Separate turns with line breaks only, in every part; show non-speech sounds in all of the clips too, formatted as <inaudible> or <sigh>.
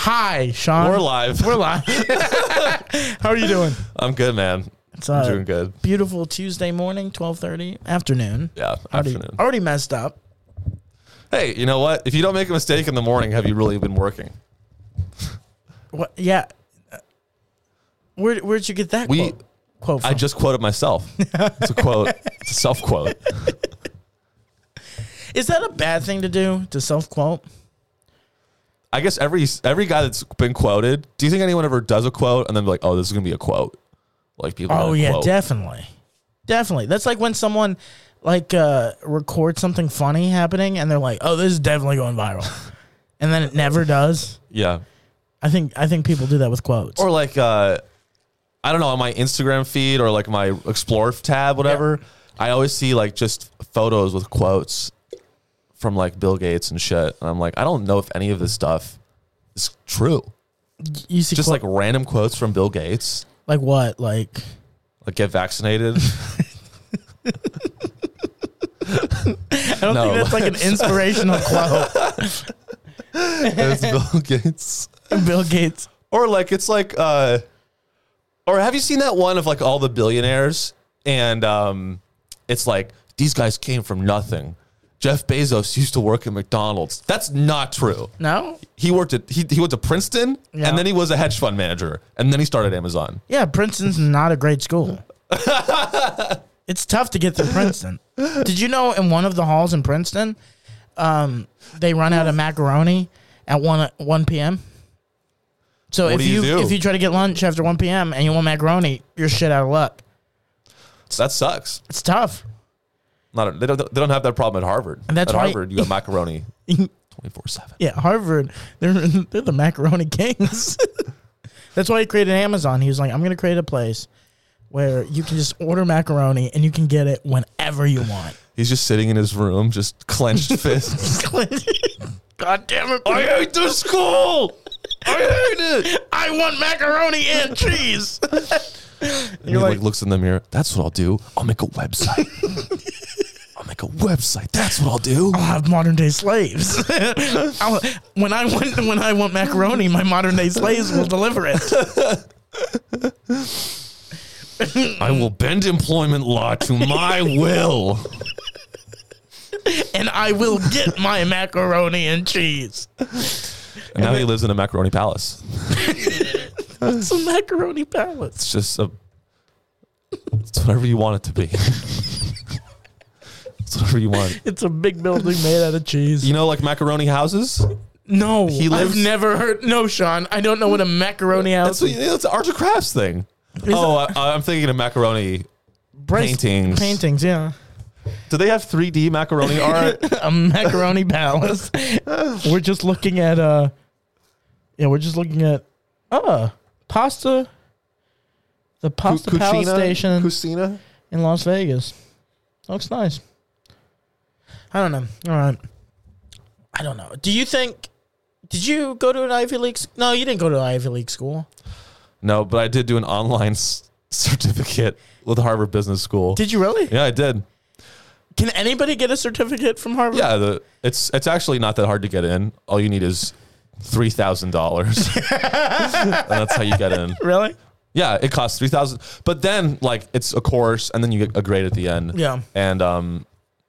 Hi, Sean.
We're live.
We're live. <laughs> How are you doing?
I'm good, man.
It's
I'm
uh,
doing good.
beautiful Tuesday morning, twelve thirty afternoon.
Yeah.
Already,
Afternoon.
already messed up.
Hey, you know what? If you don't make a mistake in the morning, have you really been working?
What? Yeah. Where Where'd you get that
We-
quote? quote
I
from?
just quoted myself. It's
<laughs>
a quote. It's a self quote.
Is that a bad thing to do to self quote?
I guess every every guy that's been quoted. Do you think anyone ever does a quote and then be like, oh, this is gonna be a quote? Like people.
Oh
gotta
yeah,
quote.
definitely, definitely. That's like when someone like uh records something funny happening and they're like, "Oh, this is definitely going viral," and then it never does.
yeah.
I think I think people do that with quotes.
Or like, uh, I don't know, on my Instagram feed or like my Explore tab, whatever. I always see like just photos with quotes from like Bill Gates and shit, and I'm like, I don't know if any of this stuff is true.
you see,
just
quote-
like random quotes from Bill Gates,
like what like.
like get vaccinated.
I don't think
No.
that's like <laughs> an inspirational quote.
It's Bill Gates.
<laughs> Bill Gates.
Or like it's like uh or have you seen that one of like all the billionaires and um it's like these guys came from nothing. Jeff Bezos used to work at McDonald's. That's not true.
No.
He worked at he, he went to Princeton
Yeah.
and then he was a hedge fund manager and then he started Amazon.
Yeah, Princeton's not a great <laughs> school. it's tough to get through Princeton. Did you know in one of the halls in Princeton, um, they run out of macaroni at one one p.m. So if
do you do?
if you try to get lunch after one p.m. and you want macaroni, you're shit out of luck.
That sucks.
It's tough. <laughs>
Not they don't they don't have that problem at Harvard.
And that's
at
why- <laughs>
Harvard you have macaroni 24/7.
yeah, Harvard, they're <laughs> they're the macaroni kings. <laughs> That's why he created Amazon. He was like, I'm gonna create a place where you can just order macaroni and you can get it whenever you want. <laughs>
He's just sitting in his room just clenched <laughs> fists.
God damn it!
I
I,
hate this school. I hate it.
want macaroni and cheese. <laughs>
And he like,
like-
looks in the mirror. That's what I'll do. I'll make a <laughs> website. I'll make a website. That's what I'll do.
I'll have modern day slaves. <laughs> I'll- when I want when I want macaroni, my modern day slaves will deliver it.
I will bend employment law to my will.
and I will get my macaroni and cheese.
And now he lives in a macaroni palace.
It's a macaroni palace.
It's just a. It's whatever you want it to be. <laughs> it's whatever you want.
It's a big building made out of cheese.
You know, like macaroni houses.
No, he
lives-
I've never heard. No, Sean, I don't know what a macaroni
That's
house
what, that's an arts and crafts thing. Oh, I, I'm thinking of macaroni.
Brace-
paintings.
Paintings, yeah.
Do they have 3D macaroni art?
<laughs> A macaroni palace. <laughs> we're just looking at uh, yeah, we're just looking at uh pasta. The pasta palace station
Cucina.
in Las Vegas looks nice. I don't know. All right, I don't know. Do you think? Did you go to an Ivy League? s- No, you didn't go to an Ivy League school.
No, but I did do an online s- certificate with Harvard Business School.
Did you really?
yeah, I did.
Can anybody get a certificate from Harvard?
Yeah, the, it's it's actually not that hard to get in. All you need is three thousand dollars, <laughs> and that's how you get in.
Really?
Yeah, it costs three thousand, but then like it's a course, and then you get a grade at the end.
Yeah.
and um,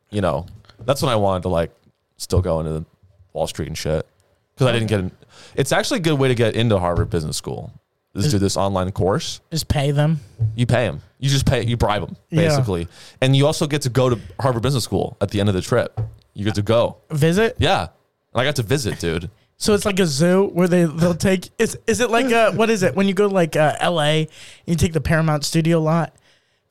you know, that's when I wanted to like still go into the Wall Street and shit because I didn't get. In, it's actually a good way to get into Harvard Business School. Is do this online course.
Just pay them.
You pay them. You just pay. You bribe them
Yeah.
basically, and you also get to go to Harvard Business School at the end of the trip. You get to go.
Visit.
Yeah, and I got to visit, dude.
So it's like a zoo where they they'll take. Is is it like uh what is it when you go to like uh, L.A. you take the Paramount Studio lot?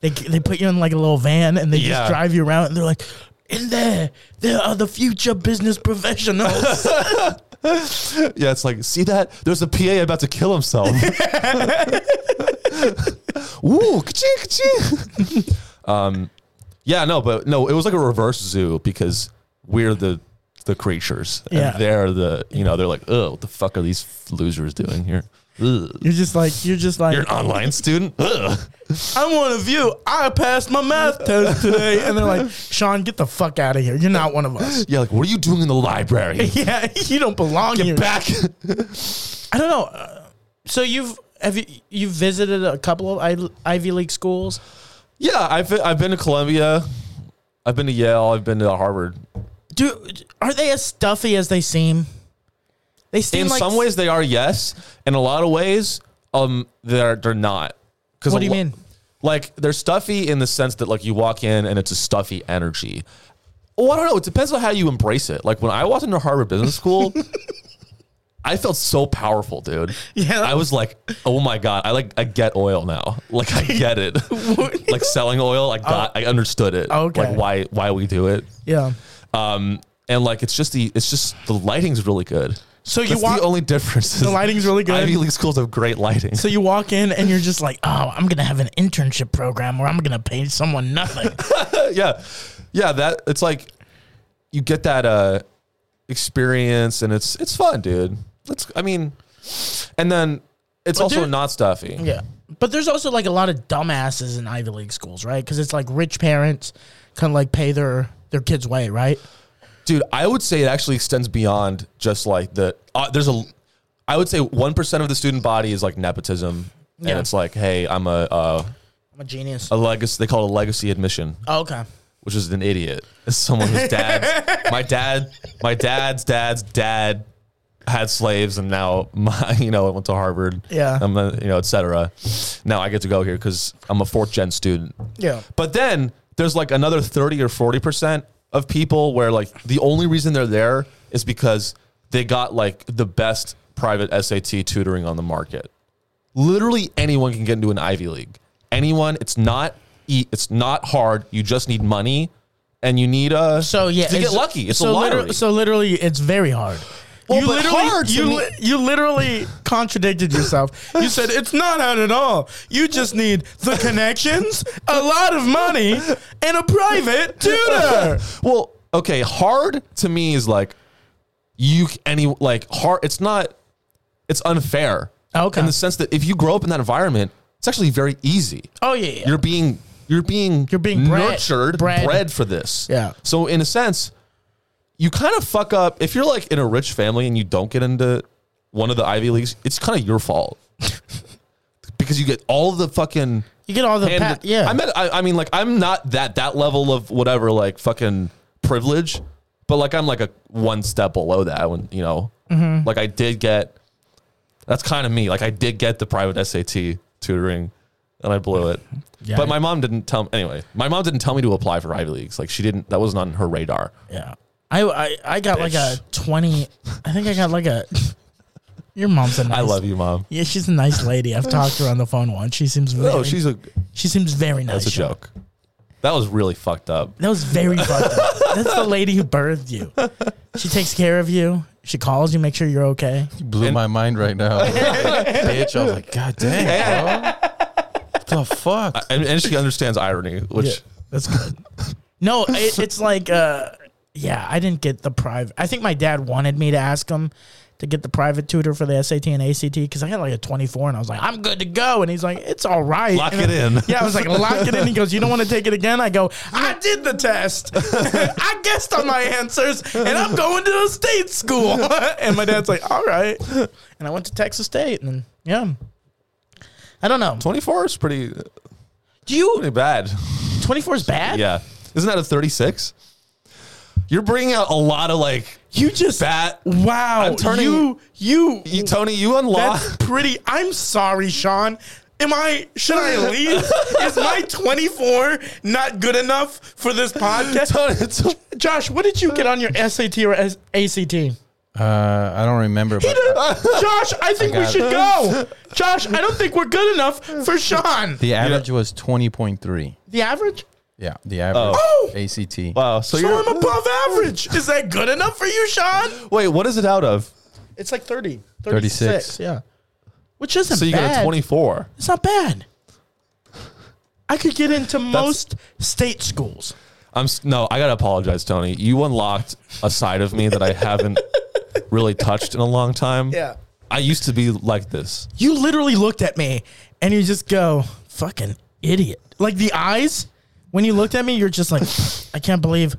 They they put you in like a little van and they
Yeah.
just drive you around and they're like, in there there are the future business
<laughs>
professionals.
<laughs> Yeah, it's like see that there's a PA about to kill <laughs> himself. Ooh, ka-ching, ka-ching. um, <laughs> yeah, no, but no, it was like a reverse zoo because we're the the creatures.
Yeah.
And they're the, you know, they're like, oh, what the fuck are these f- losers doing here? Ugh.
You're just like you're just like
You're an online student? Ugh.
I want a view. I passed my math test today, and they're like, Sean, get the fuck out of here. You're not one of us. <laughs>
Yeah, like, what are you doing in the library?
Yeah, you don't belong <laughs> here.
Get back.
I don't know. Uh, so you've have you you've visited a couple of I- Ivy League schools?
yeah, I've, been- I've been to Columbia. I've been to Yale. I've been to Harvard.
Do are they as stuffy as they seem? They seem
In
like
some ways, they are, yes. In a lot of ways, um, they're, they're not. 'Cause
What
a
do you
lo-
mean?
Like they're stuffy in the sense that like you walk in and it's a stuffy energy. Oh, I don't know. It depends on how you embrace it. Like when I walked into Harvard
<laughs>
Business School, I felt so powerful, dude.
Yeah.
I was like, oh my god, I like I get oil now. Like I get
<laughs>
it. like selling oil, I got, I understood it.
Oh. Okay.
like why why we do it.
Yeah.
Um, and like it's just the it's just the lighting's really good.
So you
That's
walk.
the only difference. is
the lighting's really good.
Ivy League schools have great
<laughs>
lighting.
so you walk in and you're just like, oh, I'm gonna have an internship program where I'm gonna pay someone
<laughs>
nothing.
yeah yeah that it's like you get that uh experience and it's it's fun dude it's i mean and then it's
But
also
dude-
not stuffy
yeah, but there's also like a lot of dumbasses in Ivy League schools, right? Because it's like rich parents kind of like pay their their kids way, right?
dude i would say it actually extends beyond just like the uh, there's a i would say 1% of the student body is like nepotism and
Yeah.
it's like hey i'm a uh,
I'm a genius.
a legacy they call it a legacy admission
Oh, okay.
which is an idiot. It's someone whose dad, my dad, my dad's dad's dad had slaves, and now my, <laughs> you know, I went to Harvard.
Yeah.
I'm, a, you know, etc. Now I get to go here because I'm a fourth gen student.
Yeah.
But then there's like another thirty or forty percent of people where like the only reason they're there is because they got like the best private SAT tutoring on the market literally anyone can get into an Ivy League. Anyone. It's not e- it's not hard. You just need money, and you need a
So yeah,
to get
it's-
lucky. It's
so
a lottery.
literally- so literally, it's very hard.
Well,
you
but
literally,
hard to
you,
me-
li- you literally contradicted yourself. You said it's not hard at all. You just need the connections, a lot of money, and a private tutor.
well, okay. Hard to me is like you c- any like hard. It's not. It's unfair.
Okay.
In the sense that if you grow up in that environment, it's actually very easy.
Oh yeah, yeah.
You're being you're being
You're being bred-
nurtured
bred.
bred. for this.
Yeah.
So in a sense, you kind of fuck up if you're like in a rich family and you don't get into one of the Ivy leagues. It's kind of your fault <laughs> because you get all the fucking.
you get all the
And
pat- yeah.
I meant I, I mean like I'm not that that level of whatever like fucking privilege, but like I'm like a one step below that when you know
Mm-hmm.
like I did get. That's kind of me. Like I did get the private SAT tutoring, and I blew it.
Yeah.
But my mom didn't tell. Anyway, my mom didn't tell me to apply for Ivy leagues. Like she didn't. That wasn't on her radar.
yeah. I, I I got like a twenty. I think I got like a. Your mom's a nice.
I love you, mom.
Yeah, she's a nice lady. I've talked to her on the phone once. She seems very,
No, Oh, she's a.
she seems very nice.
That's a joke. That was really fucked up.
That was very fucked up. That's the lady who birthed you. She takes care of you. She calls you, make sure you're okay.
Blew my mind right
<laughs>
now. Bitch, I was like, God dang, bro. What the fuck?
And, and she understands irony, which
That's good.
<laughs>
No, it, it's like, uh, yeah, I didn't get the private. I think my dad wanted me to ask him to get the private tutor for the SAT and ACT because I got like a 24 and I was like, I'm good to go. And he's like, it's all right.
Lock
And
it in.
<laughs> Yeah, I was like, lock it in. He goes, you don't want to take it again? I go, I did the test. <laughs> I guessed on my answers and I'm going to a state school. <laughs> and my dad's like, all right. And I went to Texas State and yeah. I don't know.
24 is pretty
Do you
pretty bad.
24 is bad?
Yeah. Isn't that a 36? You're bringing out a lot of like
You just
bat.
Wow,
I'm turning-
you you
You, Tony, you
that's
<laughs> unlocked.
pretty. I'm sorry, Sean. Am I should I leave? Is my 24 not good enough for this podcast?
<laughs> Tony, it's-
Josh, what did you get on your SAT or S- ACT?
<laughs>
Uh, I don't
<laughs>
remember, but
Josh, I think
I
we
got
should
it.
go. Josh, I don't think we're good enough for Sean.
the average was 20.3.
The average?
Yeah, the average
Oh.
ACT.
wow. So,
So
you're.
I'm above average. Is that good enough for you, Sean?
wait, what is it out of?
It's like 30, 36.
36.
Yeah. Which isn't
So you
bad.
got a 24.
It's not bad. I could get into most state schools.
I'm s- no, I gotta apologize, Tony. You unlocked a side of me that I <laughs> haven't really touched in a long time.
Yeah.
I used to be like this.
You literally looked at me and you just go, fucking idiot. Like the eyes, when you looked at me, you're just like, I can't believe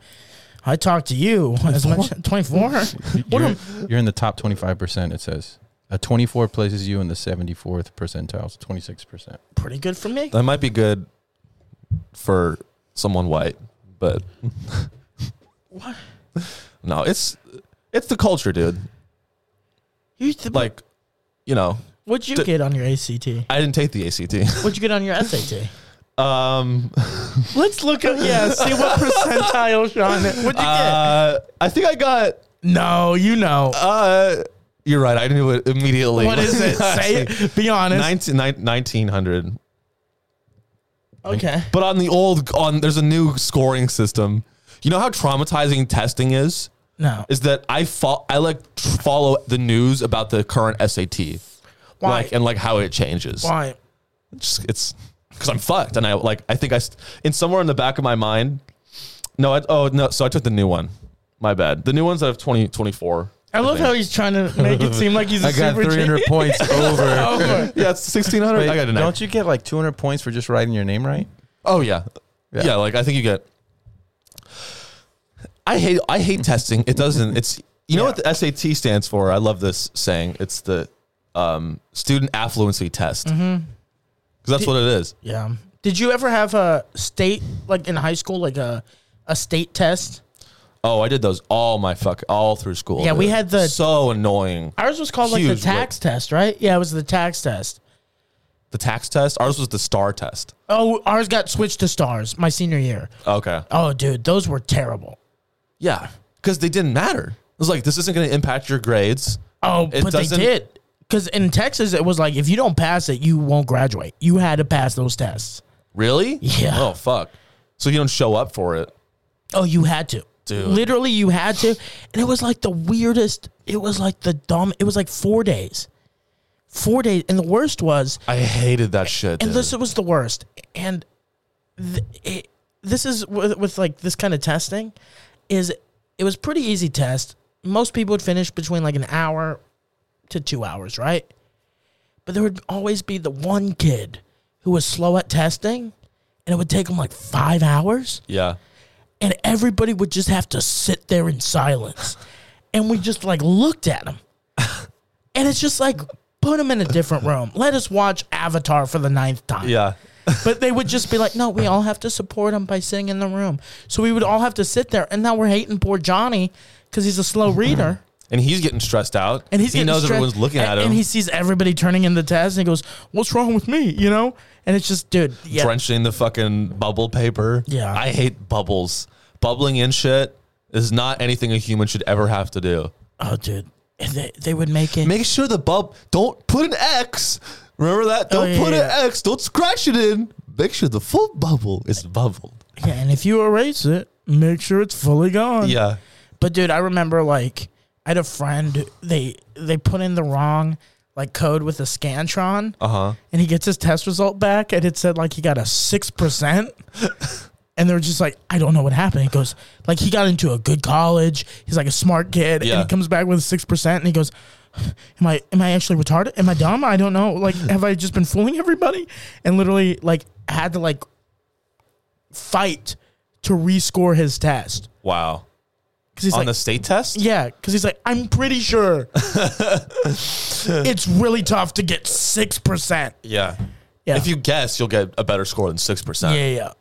I talked to you as much. <laughs> 24? What
You're,
am-
you're in the top 25%, it says. Uh, 24 places you in the 74th percentile, so 26%.
pretty good for me.
That might be good for someone white, but
What?
<laughs> no, it's it's the culture, dude.
You th-
Like, you know,
what'd you
d-
get on your ACT?
I didn't take the ACT.
What'd you get on your SAT?
<laughs> Um,
Let's look up, yeah, see <laughs> what percentile, Sean. What'd you get?
uh, I think I got.
no, you know.
Uh, you're right. I knew it immediately.
what is
<laughs>
it? <laughs> Say it. Be honest.
19, nine- 1900.
okay.
But on the old, on there's a new scoring system. You know how traumatizing testing is?
No.
Is that I fo- I like tr- follow the news about the current SAT,
Why?
like and like how it changes.
Why?
Just- it's because I'm fucked, and I like I think I st- in somewhere in the back of my mind. No, I, oh no. So I took the new one. My bad. The new one's out of 2024.
I love how he's trying to make it seem like he's a
I got
super
300
<laughs>
points over.
over.
yeah, it's 1600. I got it.
don't you get like 200 points for just writing your name right?
Oh yeah. yeah,
Yeah.
Like I think you get. I hate I hate testing. It doesn't. It's you know what the SAT stands for. I love this saying. It's the um, student affluency test because that's what it is.
Yeah. Did you ever have a state like in high school, like a a state test?
Oh, I did those all my fuck all through school.
Yeah, we
dude.
had the-
so annoying.
Ours was called like the
Huge
tax test, right? Yeah, it was the tax test.
The tax test. Ours was the star test.
Oh, ours got switched to stars my senior year.
Okay.
Oh, dude, those were terrible.
Yeah, because they didn't matter. It was like this isn't going to impact your grades.
Oh,
It
but they
doesn't-
did. Because in Texas, it was like if you don't pass it, you won't graduate. You had to pass those tests.
Really?
Yeah.
Oh fuck. So you don't show up for it.
Oh, you had to.
Dude.
Literally, you had to. And it was like the weirdest. It was like the dumb. It was like four days. Four days. And the worst was
I hated that shit.
and
dude.
this was the worst. And th- it, this is with, with like this kind of testing, is it was pretty easy test. Most people would finish between like an hour to two hours, right? But there would always be the one kid who was slow at testing, and it would take them like five hours,
yeah.
and everybody would just have to sit there in silence, and we just like looked at him, and it's just like. Put him in a different room. Let us watch Avatar for the ninth time
Yeah.
but they would just be like, no, we all have to support him by sitting in the room. So we would all have to sit there. And now we're hating poor Johnny because he's a slow
<clears throat>
reader.
and he's getting stressed out,
And he's
he
getting
knows
stressed-
everyone's looking
and-
at him,
And he sees everybody turning in the test and he goes, what's wrong with me? You know? And it's just, dude, yeah.
drenching the fucking bubble paper.
Yeah.
I hate bubbles. Bubbling in shit is not anything a human should ever have to do.
Oh, dude. And They, they would make it.
Make sure the bub don't put an X. Remember that? Don't
Oh, yeah,
put
yeah.
an X. Don't scratch it in. Make sure the full bubble is bubbled.
yeah, and if you erase it, make sure it's fully gone.
Yeah.
But dude, I remember like I had a friend they they put in the wrong like code with a scantron.
Uh huh.
and he gets his test result back and it said like he got a 6% and they're just like i don't know what happened he goes like he got into a good college he's like a smart kid
Yeah.
and he comes back with 6% and he goes am i am i actually retarded am i dumb i don't know like have i just been fooling everybody and literally like had to like fight to rescore his test
Wow.
because he's
On
like
the state test?
yeah, because he's like, I'm pretty
<laughs>
sure it's really tough to get six percent.
Yeah.
Yeah.
If you guess, you'll get a better score than 6%.
Yeah, yeah, yeah.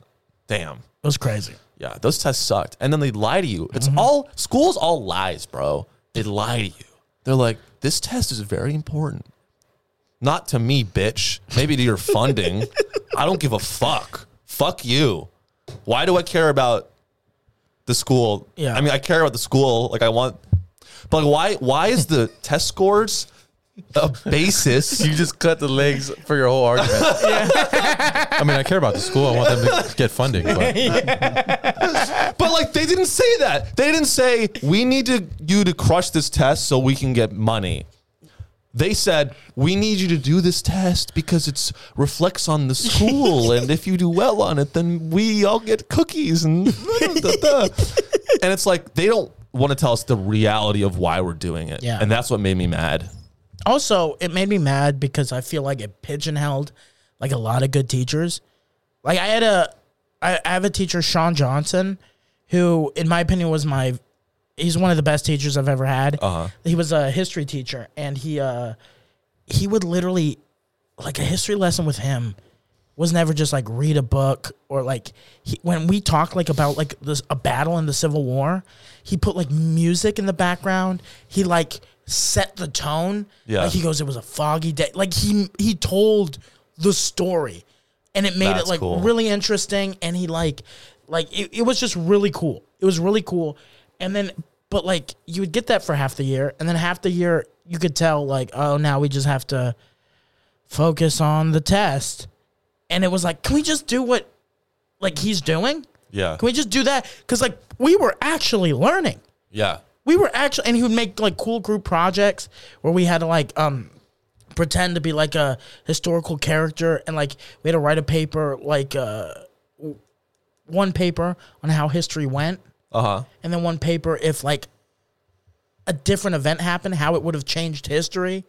Damn.
It was crazy.
Yeah. Those tests sucked. And then they lie to you. It's all, school's all lies, bro. They lie to you. They're like, this test is very important. Not to me, bitch. Maybe to your funding. I don't give a fuck. Fuck you. Why do I care about the school?
Yeah.
I mean, I care about the school. Like, I want, but like, why, why is the test scores a basis?
<laughs> You just cut the legs for your
<laughs>
whole argument. I mean, I care about the school. I want them to get funding. But
But like they didn't say that. They didn't say we need to you to crush this test so we can get money. They said, "We need you to do this test because it's reflects on
<laughs>
the school, and if you do well on it, then we all get cookies." And <laughs> da-da-da-da." and it's like they don't want to tell us the reality of why we're doing it,
Yeah.
and that's what made me mad.
Also, it made me mad because I feel like it pigeonholed like a lot of good teachers. Like I had a, I, I have a teacher Sean Johnson, who in my opinion was my, he's one of the best teachers I've ever had.
Uh-huh.
He was a history teacher, and he uh, he would literally, like a history lesson with him, was never just like read a book or like he, when we talk like about like this a battle in the civil war he put like music in the background he like set the tone
Yeah.
like he goes it was a foggy day like he he told the story and it made
That's
it like
cool.
really interesting and he like like it, it was just really cool it was really cool and then but like you would get that for half the year and then half the year you could tell like oh now we just have to focus on the test and it was like, can we just do what like he's doing?
Yeah,
Can we just do that? Because like we were actually learning.
yeah,
We were actually, and he would make like cool group projects where we had to like um pretend to be like a historical character, and like we had to write a paper like uh w- one paper on how history went,
uh huh,
and then one paper if like a different event happened, how it would have changed history,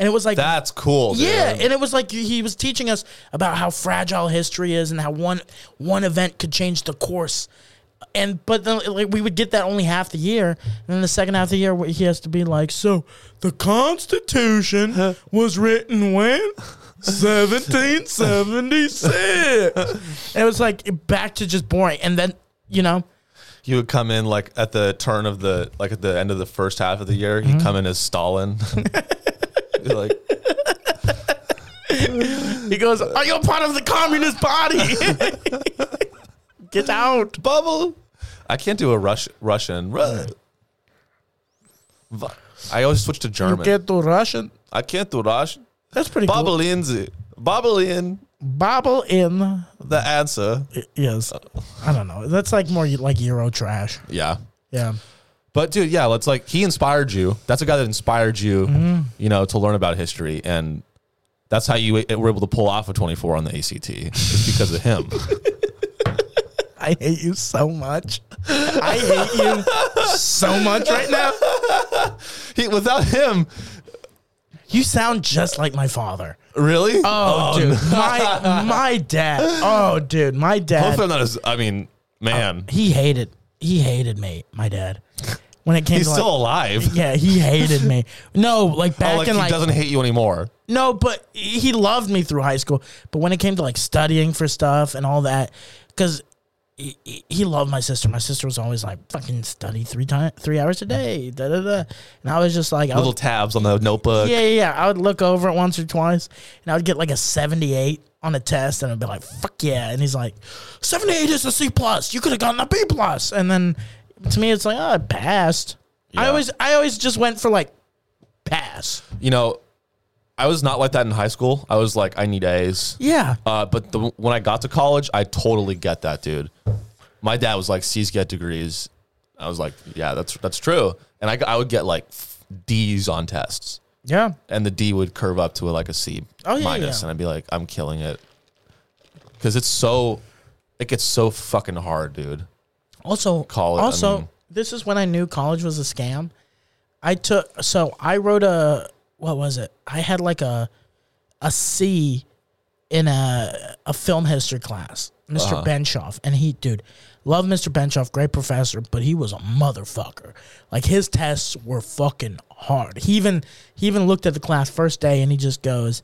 and it was like
that's cool. dude.
yeah, and it was like he was teaching us about how fragile history is and how one one event could change the course. And but then like we would get that only half the year, and then the second half of the year wh- he has to be like, so the Constitution was written when. 1776 and it was like back to just boring and then you know
He would come in like at the turn of the like at the end of the first half of the year.
Mm-hmm.
He'd come in as Stalin. <laughs> Be like
he goes are you a part of the communist party <laughs> get out
bubble. I can't do a Rush Russian. Ru-
Mm.
Va- I always switch to German.
get to russian
I can't do Russian.
that's pretty cool
Bubble in, bubble in
Bobble in.
the answer.
Yes. I don't know. That's like more like Euro trash.
Yeah.
Yeah.
But dude, yeah, let's like he inspired you. That's a guy that inspired you,
Mm-hmm.
you know, to learn about history, and that's how you were able to pull off a twenty four on the ACT. It's because
<laughs>
of him.
I hate you so much. I hate you so much right now.
he, without him,
You sound just like my father.
really?
Oh, dude. <laughs> My my dad. Oh, dude. My dad.
Hopefully, I'm not as. I mean, man,
He hated. He hated me, my dad. When it came
he's
to
still
like,
alive.
Yeah, he hated me. No, like back
Oh, like he
in like
doesn't hate you anymore.
No, but he loved me through high school. But when it came to like studying for stuff and all that, because he, he- he loved my sister. My sister was always like, "Fucking study three times, three hours a day." Da da da. And I was just like, I
Little
would,
tabs on the notebook.
"Yeah, yeah." yeah. I would look over it once or twice, and I would get like a seventy-eight on a test, and I'd be like, "Fuck yeah!" And he's like, 78 is a C plus. You could have gotten a B plus." And then to me, it's like, "Oh, I passed." I
Yeah.
always, I always just went for like pass.
You know, I was not like that in high school. I was like, I need A's.
Yeah.
Uh, but the, when I got to college, I totally get that, dude. My dad was like, C's get degrees. I was like, yeah, that's that's true. And I, got- I would get like D's on tests,
Yeah.
and the D would curve up to like a C
Oh, yeah,
minus,
yeah.
and I'd be like, I'm killing it because it's so it gets so fucking hard, dude.
Also,
Call it, I
Also,
mean-
this is when I knew college was a scam. I took so I wrote a what was it? I had like a a C in a a film history class, mister
Uh-huh.
Benchoff, and he dude, love Mr. Benchoff, great professor, but he was a motherfucker. Like his tests were fucking hard. He even he even looked at the class first day and he just goes.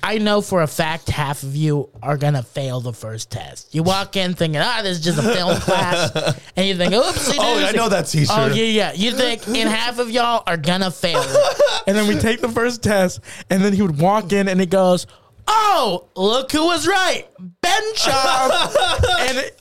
I know for a fact half of you are gonna fail the first test. You walk in thinking, "Ah, this is just a
<laughs>
film class," and you think, "Oops."
Oh, I know that teacher.
Oh yeah, yeah. You think, and half of y'all are gonna fail. <laughs> and then we take the first test, and then he would walk in, and he goes, "Oh, look who was right, Ben <laughs> Charm." and it,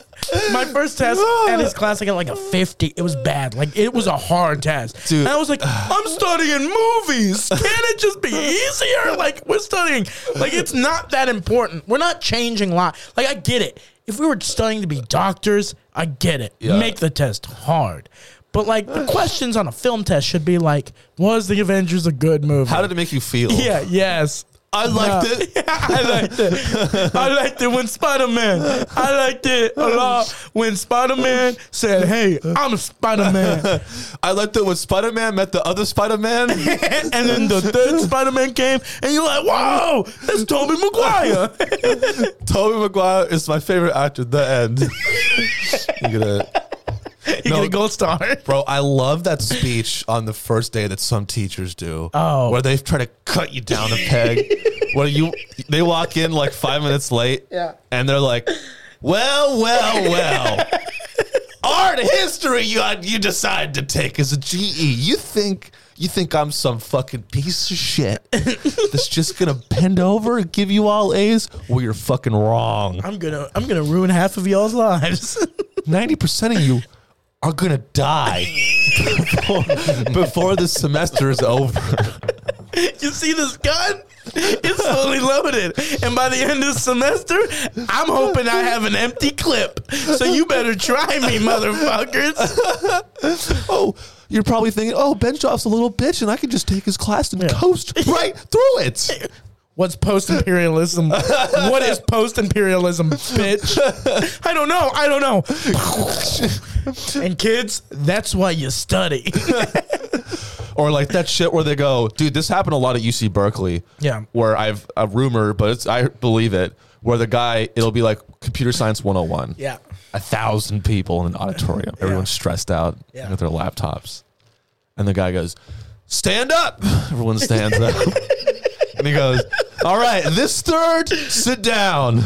my first test at his class, I got like a fifty. It was bad. Like it was a hard test.
Dude.
And I <sighs> was like, "I'm studying movies. Can't it just be easier? Like we're studying. Like it's not that important. We're not changing lot. Like I get it. If we were studying to be doctors, I get it.
Yeah.
Make the test hard. But like the questions on a film test should be like, was the Avengers a good movie?
How did it make you feel?
<laughs> yeah, yes.
I liked
No. <laughs>
it.
I liked it. I liked it when Spider Man. I liked it a lot when Spider Man said, "Hey, I'm Spider
<laughs>
Man,"
I liked it when Spider Man met the other Spider
<laughs>
Man.
and then the third Spider Man came, and you're like, "Whoa, that's Tobey
<laughs>
Maguire."
Tobey Maguire is my favorite actor. The end. you get it.
you
No.
get a gold
<laughs>
star.
Bro, I love that speech on the first day that some teachers do.
Oh.
Where they try to cut you down a peg. where you they walk in like five minutes late.
Yeah.
And they're like, Well, well, well. Art history you you decide to take as a GE. You think you think I'm some fucking piece of shit that's just gonna bend over and give you all A's? Well, you're fucking wrong.
I'm gonna, I'm gonna ruin half of y'all's lives. <laughs>
ninety percent of you are gonna die before, before the semester is over.
<laughs> you see this gun? It's fully loaded. And by the end of the semester, I'm hoping I have an empty clip. So you better try me, motherfuckers.
Oh, you're probably thinking, oh, Ben Joff's a little bitch, and I can just take his class and coast right through it.
What's post imperialism? what is post imperialism, bitch? I don't know. I don't know. and kids, that's why you study.
Or like that shit where they go, dude, this happened a lot at UC Berkeley.
Yeah.
Where I've a rumor, but it's I believe it, where the guy, it'll be like computer science 101.
yeah.
a thousand people in
<laughs>
an auditorium. Everyone's stressed out
Yeah.
with their laptops. And the guy goes, Stand up. <laughs> Everyone stands
<laughs>
up. and he goes, All right, this third, sit down.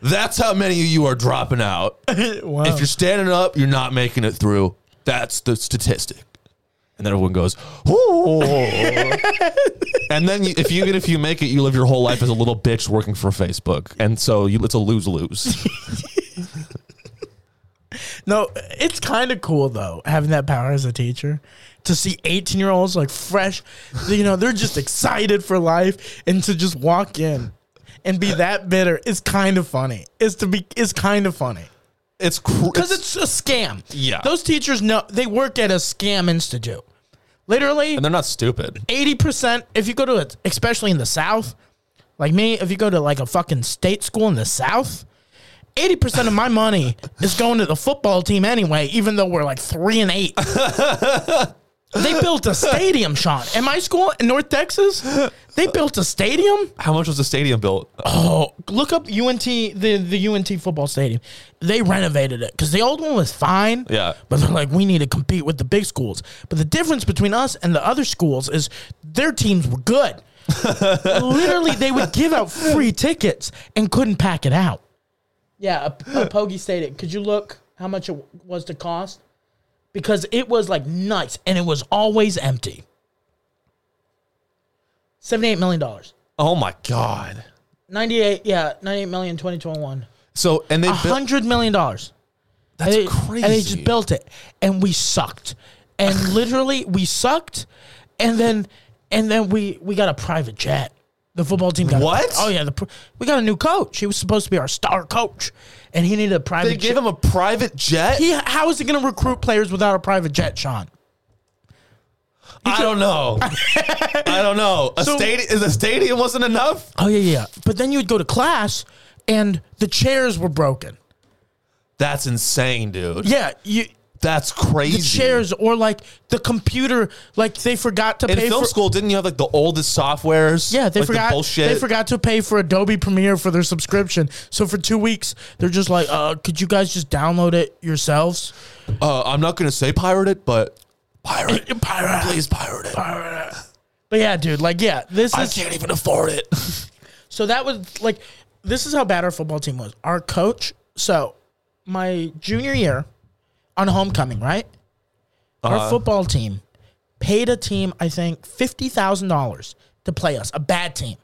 That's how many of you are dropping out.
<laughs> Wow.
If you're standing up, you're not making it through. That's the statistic. And then everyone goes, "Ooh." and then you, if you if you make it, you live your whole life as a little bitch working for Facebook, and so you, it's a lose lose.
No, it's kind of cool though having that power as a teacher to see 18 year olds like fresh, you know, they're just excited for life and to just walk in and be that bitter is kind of funny. It's to be it's kind of funny
It's cr-
because it's, a scam.
Yeah.
those teachers know they work at a scam institute. Literally,
And they're not stupid.
80% if you go to a, especially in the south like me if you go to like a fucking state school in the south 80% of my money is going to the football team anyway even though we're like 3 and 8 they built a stadium sean at my school in north texas they built a stadium
How much was the stadium built?
oh look up unt the, the unt football stadium they renovated it because the old one was fine
Yeah.
but they're like, we need to compete with the big schools. But the difference between us and the other schools is their teams were good. Literally, they would give out free tickets and couldn't pack it out. Yeah, a, a Pogi stated, could you look how much it was to cost? Because it was like nice and it was always empty. $78 million.
Oh my god.
98, yeah, 98 million 2021.
So and they built
$100 million.
that's
and they,
crazy.
And they just built it, and we sucked, and literally we sucked, and then and then we we got a private jet. The football team got a-
What?
oh yeah, the, pr- we got a new coach. He was supposed to be our star coach, and he needed a private.
They
jet.
gave him a private jet.
He, how is he going to recruit players without a private jet, Sean?
I don't know. <laughs> I don't know. A
So-
stadium. The stadium wasn't enough.
Oh yeah, yeah. But then you would go to class, and the chairs were broken.
That's insane, dude.
Yeah, you.
That's crazy.
The chairs or like the computer, like they forgot to
in
pay
film
for
school, didn't you have like the oldest softwares?
Yeah, they
like the
forgot.
bullshit.
They forgot to pay for Adobe Premiere for their subscription. So for two weeks, they're just like, uh, "Could you guys just download it yourselves?"
Uh, I'm not gonna say pirate it, but pirate,
<clears throat>
it.
Pirate.
please pirate it.
But yeah, dude, like, yeah, this
I
is
can't even afford it.
so that was like, this is how bad our football team was. Our coach. So my junior year, on homecoming, right?
Uh-huh.
Our football team paid a team, I think, fifty thousand dollars to play us, a bad team.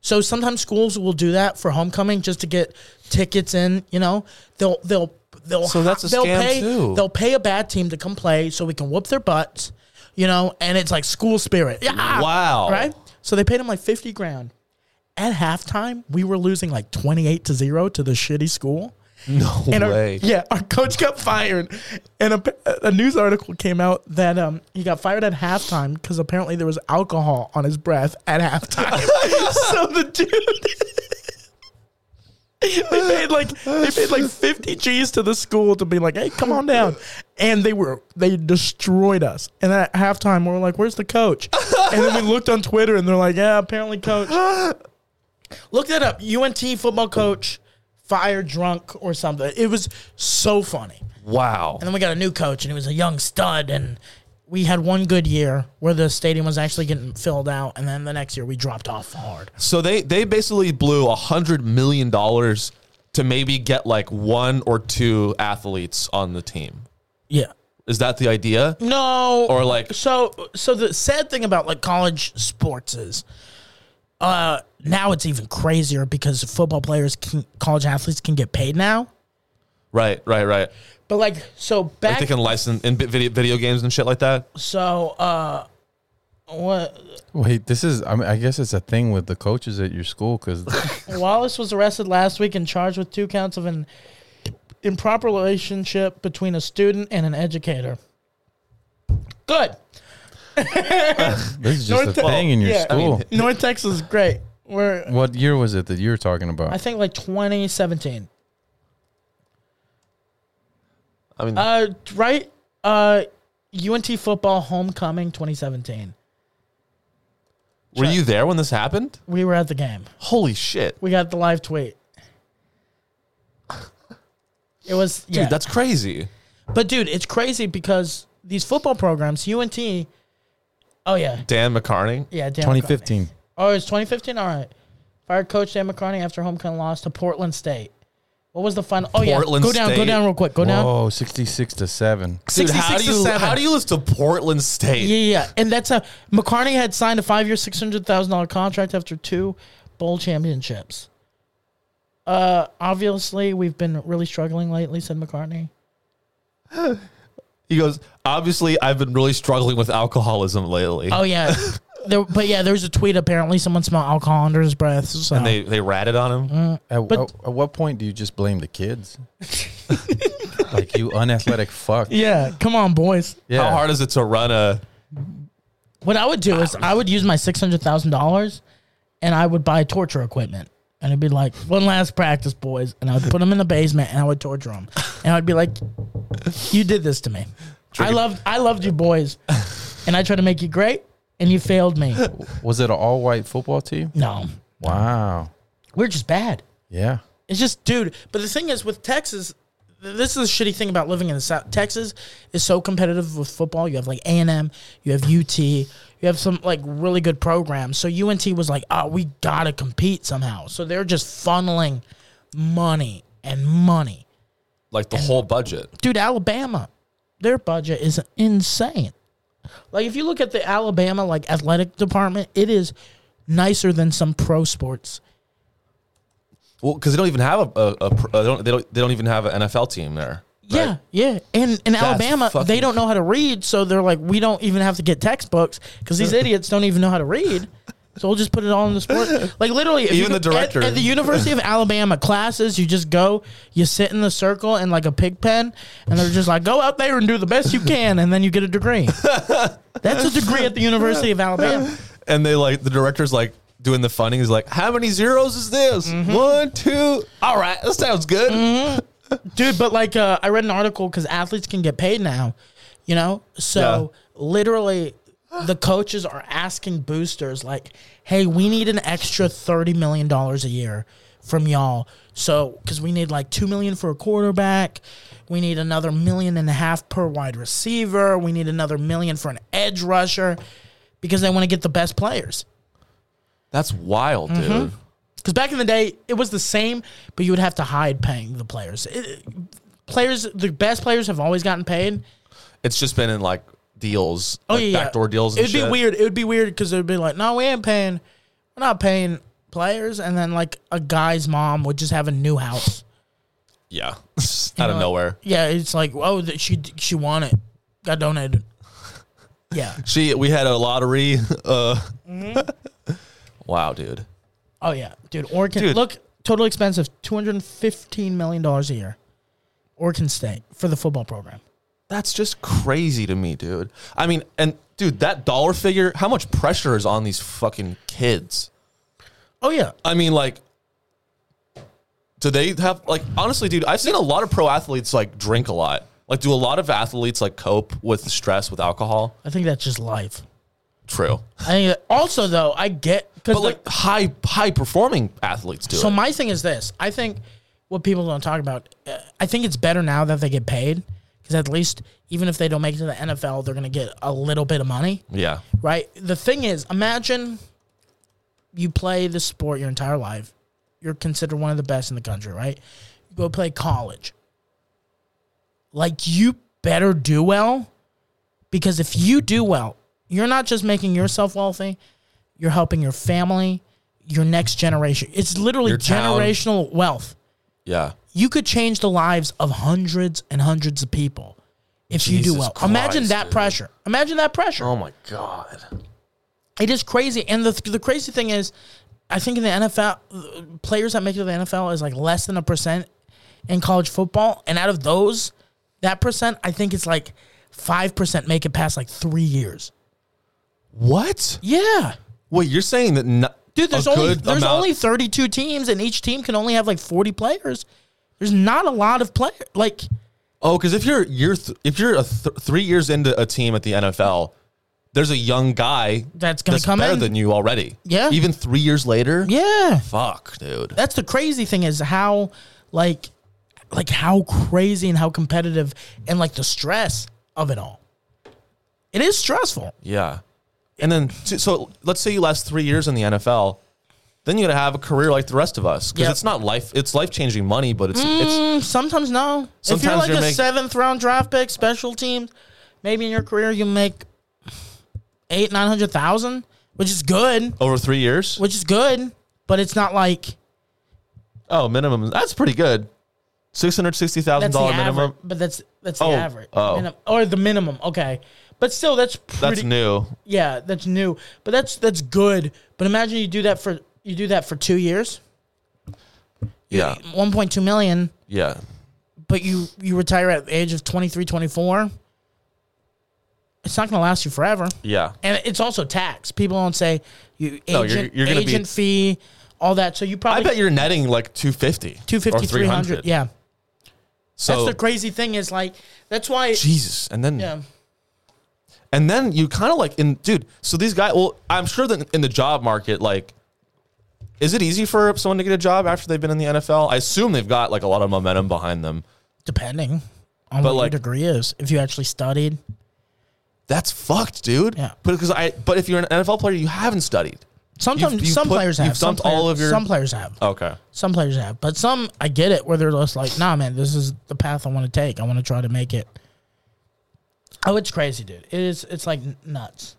So sometimes schools will do that for homecoming just to get tickets in. You know, they'll they'll they'll
So that's a
they'll
scam
pay,
too.
They'll pay a bad team to come play so we can whoop their butts. You know, and it's like school spirit. Yeah.
Wow.
Ah, Right. So they paid him like fifty grand. At halftime, we were losing like twenty eight to zero to the shitty school.
No
and our-
way.
yeah, our coach got fired, and a, a news article came out that um, he got fired at halftime because apparently there was alcohol on his breath at halftime. so the dude, they paid like they paid like fifty G's to the school to be like, hey, come on down, and they were they destroyed us. And at halftime, we were like, where's the coach? And then we looked on Twitter, and they're like, yeah, apparently coach. Look that up. UNT football coach fired drunk or something. It was so funny.
<laughs> Wow.
And then we got a new coach, and he was a young stud. And we had one good year where the stadium was actually getting filled out, and then the next year we dropped off hard.
So they they basically blew a hundred million dollars to maybe get like one or two athletes on the team.
Yeah.
Is that the idea?
No.
Or like
so. So the sad thing about like college sports is, uh, now it's even crazier because football players, can, college athletes can get paid now.
right, right, right.
But like, so back
They can license in bit- video video games and shit like that.
So, uh, what?
<laughs> Wait, this is. I, mean, I guess it's a thing with the coaches at your school
<laughs>
because
Wallace was arrested last week and charged with two counts of an improper relationship between a student and an educator. Good.
this is just a
North Pole.
thing in your
Yeah, I
school.
<laughs> North Texas is great. We're,
what year was it that you were talking about?
I think, like 2017.
I mean,
Uh, right? Uh, UNT football homecoming 2017.
were you there when this happened?
We were at the game.
Holy shit,
We got the live tweet. It was
dude, that's crazy.
But dude, it's crazy because these football programs, UNT. Oh yeah,
Dan McCarney.
yeah. Dan
2015.
McCartney. Oh, it's 2015. All right. Fired coach Dan McCartney after homecoming loss to Portland State. What was the final? Oh
Portland
yeah, go down,
State.
go down real quick, go down.
Whoa, 66 to 7.
Dude,
66
how do
to
you
seven.
how do you list to Portland State?
Yeah, yeah, yeah. and that's how McCartney had signed a five-year, six hundred thousand dollar contract after two bowl championships. Uh, obviously, we've been really struggling lately," said McCartney.
He goes, obviously, I've been really struggling with alcoholism lately.
Oh yeah, <laughs> there, but yeah, there was a tweet. Apparently, someone smelled alcohol under his breath. So.
and they they ratted
Mm.
on him.
At,
But-
at, at what point do you just blame the kids?
<laughs>
like you unathletic fuck.
Yeah, come on, boys.
Yeah.
How hard is it to run a?
What I would do is I would use my six hundred thousand dollars, and I would buy torture equipment, and it'd be like one last practice, boys, and I would put them in the basement and I would torture them, and I'd be like, "You did this to me. I loved, I loved you, boys, and I tried to make you great, and you failed me.
Was it an all white football team?
No,
Wow.
we're just bad.
Yeah.
It's just, dude. But the thing is, with Texas, th- this is the shitty thing about living in the South. Texas is so competitive with football. You have like A and M, you have UT, you have some like really good programs. So UNT was like, oh, we gotta compete somehow. So they're just funneling money and money,
like the whole budget.
dude. Alabama, their budget is insane. Like if you look at the Alabama like athletic department, it is nicer than some pro sports.
Well, because they don't even have a, a, a pr- uh, they don't they don't they don't even have an NFL team there. right?
Yeah, yeah. And in Alabama, they
fucking-
don't know how to read, so they're like, we don't even have to get textbooks because
<laughs>
these idiots don't even know how to read. So we'll just put it all in the sport. Like literally, if
Even
you-
the
at-
director-
at, the University of Alabama classes, you just go, you sit in the circle and like a pig pen, and they're just like, go out there and do the best you can, and then you get a
<laughs>
degree. That's a degree at the University of Alabama.
And they like the director's like doing the funding. He's like, how many zeros is this?
Mm-hmm.
One, two. All right, that sounds good.
dude. But like, uh, I read an article because athletes can get paid now, you know. So literally, the coaches are asking boosters like, "Hey, we need an extra thirty million dollars a year from y'all. So because we need like two million for a quarterback." We need another million and a half per wide receiver. We need another million for an edge rusher because they want to get the best players.
That's wild, dude.
Mm-hmm. Because back in the day, it was the same, but you would have to hide paying the players. It- players, the best players have always gotten paid.
It's just been in like deals,
Oh
like
yeah, yeah.
backdoor deals. And
It'd be
shit.
weird. It would be weird because it'd be like, no, we ain't paying. We're not paying players, and then like a guy's mom would just have a new house
<laughs> Yeah, out of
know,
nowhere.
Yeah, it's like, oh, that she she won it, got
<laughs>
donated. Yeah.
She, we had a lottery. <laughs> Uh, wow, dude.
Mm-hmm.
<laughs>
Oh yeah, dude. Oregon.
Dude.
Look, total expense of two hundred and fifteen million dollars a year. Oregon State for the football program.
That's just crazy to me, dude. I mean, and dude, that dollar figure, how much pressure is on these fucking kids?
Oh yeah,
I mean, like, do they have like honestly, dude? I've seen a lot of pro athletes like drink a lot. Like, do a lot of athletes like cope with stress with alcohol?
I think that's just life.
True,
I think that- also though I get because
<laughs> but like high high performing athletes do
So
it.
my thing is this: I think what people don't talk about. Uh, I think it's better now that they get paid because at least even if they don't make it to the NFL, they're gonna get a little bit of money,
Yeah,
right? The thing is, imagine you play the sport your entire life. You're considered one of the best in the country, right? You go play college. Like you better do well because if you do well, you're not just making yourself wealthy, you're helping your family, your next generation. It's literally
Your town.
generational wealth.
yeah.
You could change the lives of hundreds and hundreds of people if you
Jesus
do well. Imagine
Christ,
that
dude.
pressure. Imagine that pressure.
Oh my god.
It is crazy. And the, the crazy thing is, I think in the NFL, players that make it to the NFL is like less than a percent in college football. And out of those, that percent, I think it's like 5% make it past like three years.
What?
Yeah.
Wait, you're saying that? No,
Dude, there's only there's
amount-
only 32 teams, and each team can only have like 40 players. There's not a lot of players. Like,
Oh, because if you're you're th- if you're a th- three years into a team at the NFL, there's a young guy
That's gonna come
better
in.
than you already.
Yeah.
even three years later.
yeah.
fuck, dude.
that's the crazy thing is how like like how crazy and how competitive and like the stress of it all it is stressful
yeah, and then so- so let's say you last three years in the NFL, then you're gonna have a career like the rest of us because
Yep.
it's not life. It's life changing money, but it's it's
Mm, sometimes no if you're
Sometimes
like
you're
a
making-
seventh round draft pick special teams maybe in your career you make eight nine hundred thousand which is good
over three years.
which is good but it's not like
Oh, minimum. That's pretty good. Six hundred sixty thousand
that's the
dollar
average
minimum.
but that's that's the
Oh,
average
oh.
Minim- or the minimum okay but still that's pretty
That's new.
Yeah, that's new, but that's that's good. But imagine you do that for you do that for two years,
Yeah,
one point two million,
yeah.
but you you retire at the age of 23, 24. It's not going to last you forever,
Yeah.
and it's also tax. People don't say you agent
No, you're- you're gonna be-
agent fee, all that. So you
I
probably
bet you're netting like 250
250, 300. Yeah,
So
that's the crazy thing is like that's why.
Jesus. And then
Yeah,
and then you kind of like in dude, so these guys well, I'm sure that in the job market like is it easy for someone to get a job after they've been in the NFL? I assume they've got like a lot of momentum behind them.
depending on
But,
what
like-
your degree is, if you actually studied.
That's fucked, dude.
Yeah.
But cuz I but if you're an NFL player, you haven't studied.
Sometimes
you've
some
put-
players have.
you've
some
dumped all
player-
of your-
Some players have.
Okay.
Some players have, but some I get it where they're just like, nah, man, this is the path I want to take. I want to try to make it. Oh, it's crazy, dude. It is. It's like n- nuts.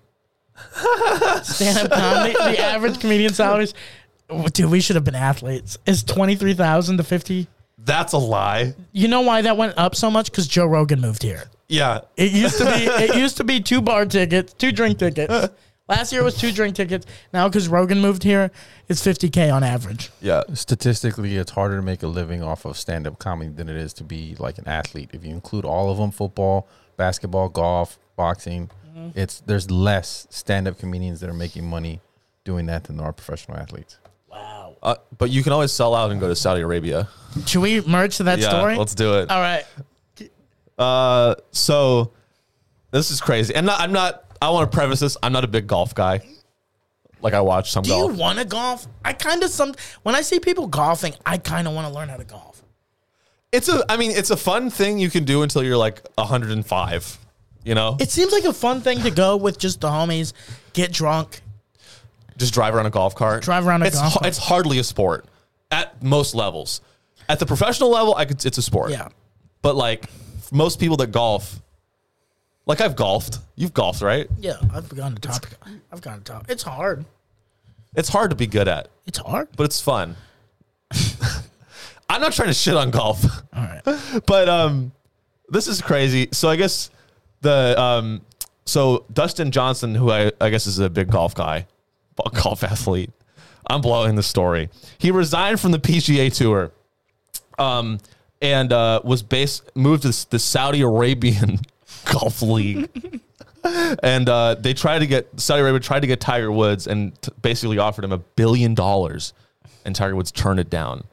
Stand up comedy. The average comedian salaries, Oh, dude. We should have been athletes. Is twenty three thousand to fifty.
That's a lie.
You know why that went up so much? Because Joe Rogan moved here.
Yeah.
It used to be. it used to be two bar tickets, two drink tickets. Last year was two drink tickets. Now because Rogan moved here, it's fifty k on average.
Yeah.
Statistically, it's harder to make a living off of stand up comedy than it is to be like an athlete. If you include all of them football, basketball, golf, boxing
Mm-hmm.
it's there's less stand up comedians that are making money doing that than there are professional athletes.
Wow.
Uh, but you can always sell out and go to Saudi Arabia.
Should we merge to that
yeah,
story?
let's do it.
All right.
Uh, so this is crazy. And not, I'm not. I want to preface this. I'm not a big golf guy. Like I watch some
Do
golf.
you want to golf? I kind of some when I see people golfing, I kind of want to learn how to golf.
it's a. I mean, it's a fun thing you can do until you're like 105. You know,
It seems like a fun thing to go with just the homies, get drunk.
just drive around a golf cart.
Drive around a
it's,
golf
ha-
cart.
It's hardly a sport at most levels. At the professional level, I could. It's a sport.
Yeah.
But like most people that golf, like I've golfed. You've golfed, right?
Yeah, I've gone to top. I've gone to top. It's hard.
It's hard to be good at,
It's hard.
but it's fun. <laughs> I'm not trying to shit on golf.
All right.
but um, this is crazy. So I guess the um, so Dustin Johnson, who I, I guess is a big golf guy, golf athlete, I'm blowing the story. He resigned from the PGA Tour, um, and uh, was based moved to the Saudi Arabian <laughs> Golf League. and uh, they tried to get Saudi Arabia tried to get Tiger Woods and t- basically offered him a billion dollars, and Tiger Woods turned it down.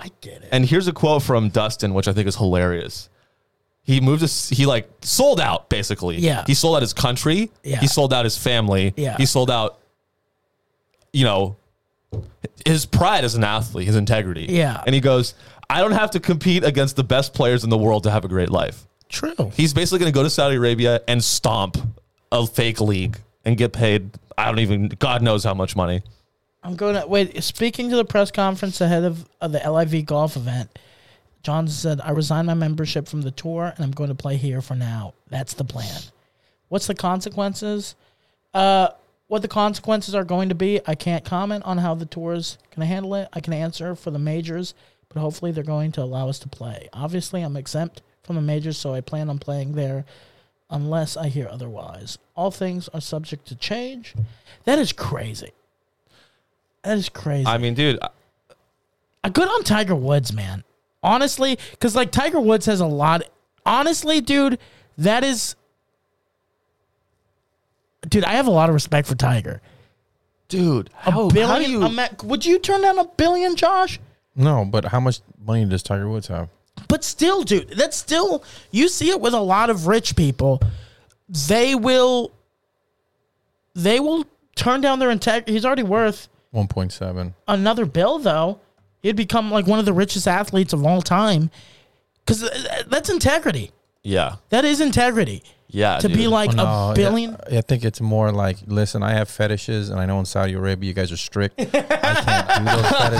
I get it.
And here's a quote from Dustin, which I think is hilarious. He moved to he like sold out basically.
Yeah.
He sold out his country.
Yeah.
He sold out his family.
Yeah.
He sold out. You know, his pride as an athlete, his integrity.
Yeah.
And he goes, I don't have to compete against the best players in the world to have a great life.
True.
He's basically going to go to Saudi Arabia and stomp a fake league and get paid. I don't even. God knows how much money.
I'm going to wait. Speaking to the press conference ahead of, of the LIV golf event, Johnson said, I resign my membership from the tour and I'm going to play here for now. That's the plan. What's the consequences? Uh, what the consequences are going to be, I can't comment on how the tour's going to handle it. I can answer for the majors, but hopefully they're going to allow us to play. Obviously, I'm exempt from the majors, so I plan on playing there unless I hear otherwise. All things are subject to change. That is crazy. That is crazy.
I mean, dude, I-
Uh, good on Tiger Woods, man. Honestly, because like Tiger Woods has a lot. Honestly, dude, that is. Dude, I have a lot of respect for Tiger.
dude,
A
how,
billion.
how do you?
ama- would you turn down a billion, Josh?
No, but how much money does Tiger Woods have?
But still, dude, that's still. You see it with a lot of rich people. They will. They will turn down their integrity. He's already worth
One point seven.
another bill though he'd become like one of the richest athletes of all time because that's integrity
yeah,
that is integrity
yeah.
to be
dude.
like
No,
a billion
I, I think it's more like, listen, I have fetishes, and I know in Saudi Arabia you guys are strict. I can't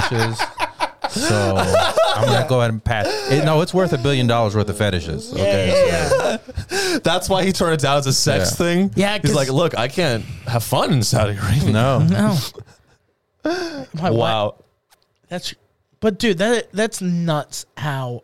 do those
<laughs>
fetishes. So I'm gonna go ahead and pass. It, no, it's worth a billion dollars worth of fetishes. Okay, so-
That's why he turned it down as a sex
Yeah.
thing.
Yeah,
he's
'cause-
like, look, I can't have fun in Saudi Arabia.
no,
<laughs> no My-
Wow,
that's but dude that that's nuts how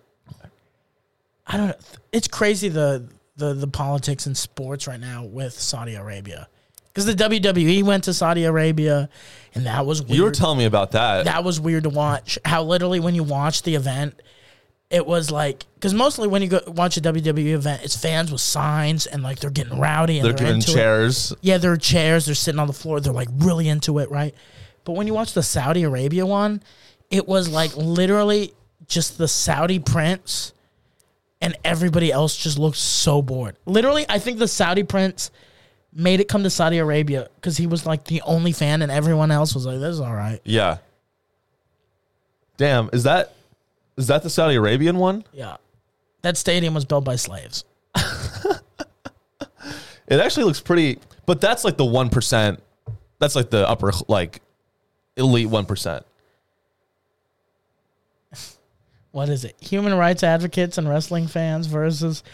i don't know it's crazy the the, the politics in sports right now with saudi arabia because the wwe went to saudi arabia and that was weird
you were telling me about that.
that was weird to watch. How literally when you watch the event, it was like because mostly when you go watch a WWE event, it's fans with signs and like they're getting rowdy and
They're
they're,
doing
into it.
chairs.
Yeah, they're chairs. They're sitting on the floor. They're like really into it, right? But when you watch the Saudi Arabia one, it was like literally just the Saudi prince and everybody else just looked so bored. Literally, I think the Saudi prince made it come to Saudi Arabia because he was like the only fan and everyone else was like, this is all right.
Yeah. Damn, is that is that the Saudi Arabian one?
Yeah. That stadium was built by slaves.
It actually looks pretty, but that's like the one percent. That's like the upper like elite one percent.
What is it? Human rights advocates and wrestling fans versus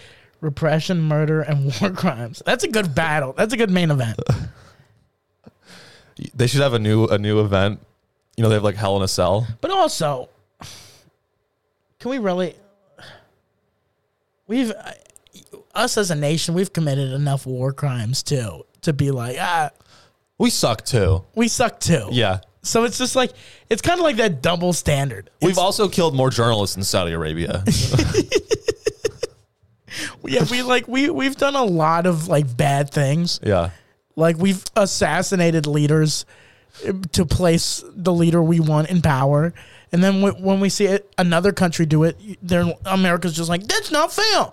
repression, murder, and <laughs> war crimes. That's a good battle. That's a good main
<laughs>
event.
They should have a new a new event. You know, they have like Hell in a Cell.
But also, can we really? We've I- us as a nation, we've committed enough war crimes too to be like, ah,
We suck too.
we suck too.
Yeah.
So it's just like it's kind of like that double standard.
We've also killed more journalists in
<laughs>
Saudi Arabia.
yeah, we like we we've done a lot of like bad things.
yeah.
Like we've assassinated leaders eh, to place the leader we want in power, and then wh- when we see it, another country do it, they're, America's just like that's not fair.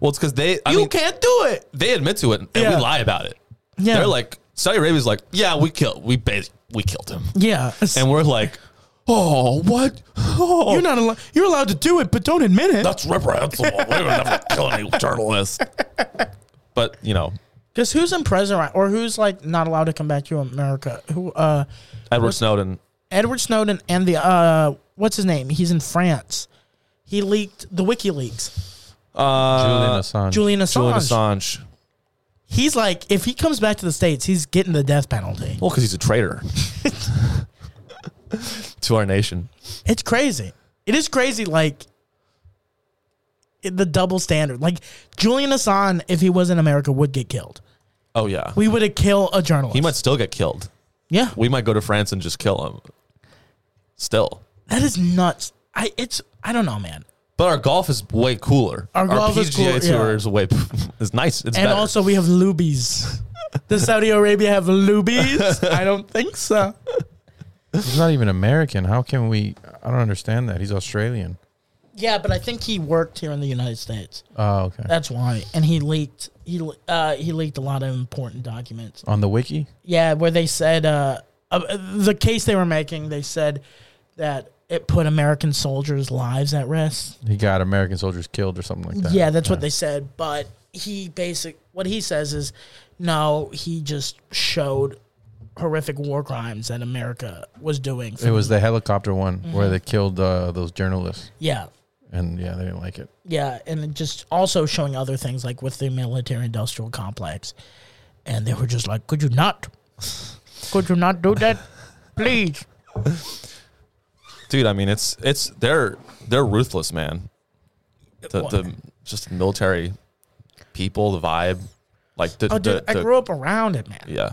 Well, it's because they I
you
mean,
can't do it.
they admit to it and
Yeah.
we lie about it.
Yeah,
They're like Saudi Arabia's like, yeah, we killed we bas- we killed him,
yeah,
and we're like, oh, what? Oh,
you're not allowed. You're allowed to do it, but don't admit it.
that's reprehensible. we would never kill any journalist. But you know,
Because who's in prison right, or who's like not allowed to come back to America? Who? uh
Edward Snowden.
Edward Snowden and the uh what's his name? He's in France. He leaked the WikiLeaks.
Julian
Uh,
Assange.
Julian Assange.
Julian Assange.
He's like, if he comes back to the states, he's getting the death penalty.
Well, because he's a traitor to our nation.
It's crazy. It is crazy, like it- the double standard. Like Julian Assange, if he was in America, would get killed.
Oh yeah,
We would have killed a journalist.
he might still get killed.
Yeah.
We might go to France and just kill him. Still.
That is nuts. I it's I don't know, man.
But our golf is way cooler.
Our golf is
PGA
cooler,
tour
yeah.
is way <laughs> it's nice. It's
and
better.
also we have lubies. Does Saudi Arabia have lubies? I don't think so.
He's not even American. How can we? I don't understand that. He's Australian.
Yeah, but I think he worked here in the United States.
Oh, okay.
That's why, and he leaked he le- uh, he leaked a lot of important documents.
On the wiki,
Yeah, where they said uh, uh, the case they were making, they said that it put American soldiers' lives at risk.
he got American soldiers killed or something like that.
Yeah, that's what they said. But he basic what he says is, no, he just showed horrific war crimes that America was doing.
It was the helicopter one
Mm-hmm.
where they killed uh, those journalists,
yeah,
and yeah, they didn't like it.
yeah, and it just also showing other things like with the military-industrial complex, and they were just like, could you not? Could you not do
<laughs>
that, please?
Dude, I mean it's it's they're they're ruthless, man. The the just military people, the vibe. Like the,
Oh,
the,
dude, I
the-
grew up around it, man.
Yeah.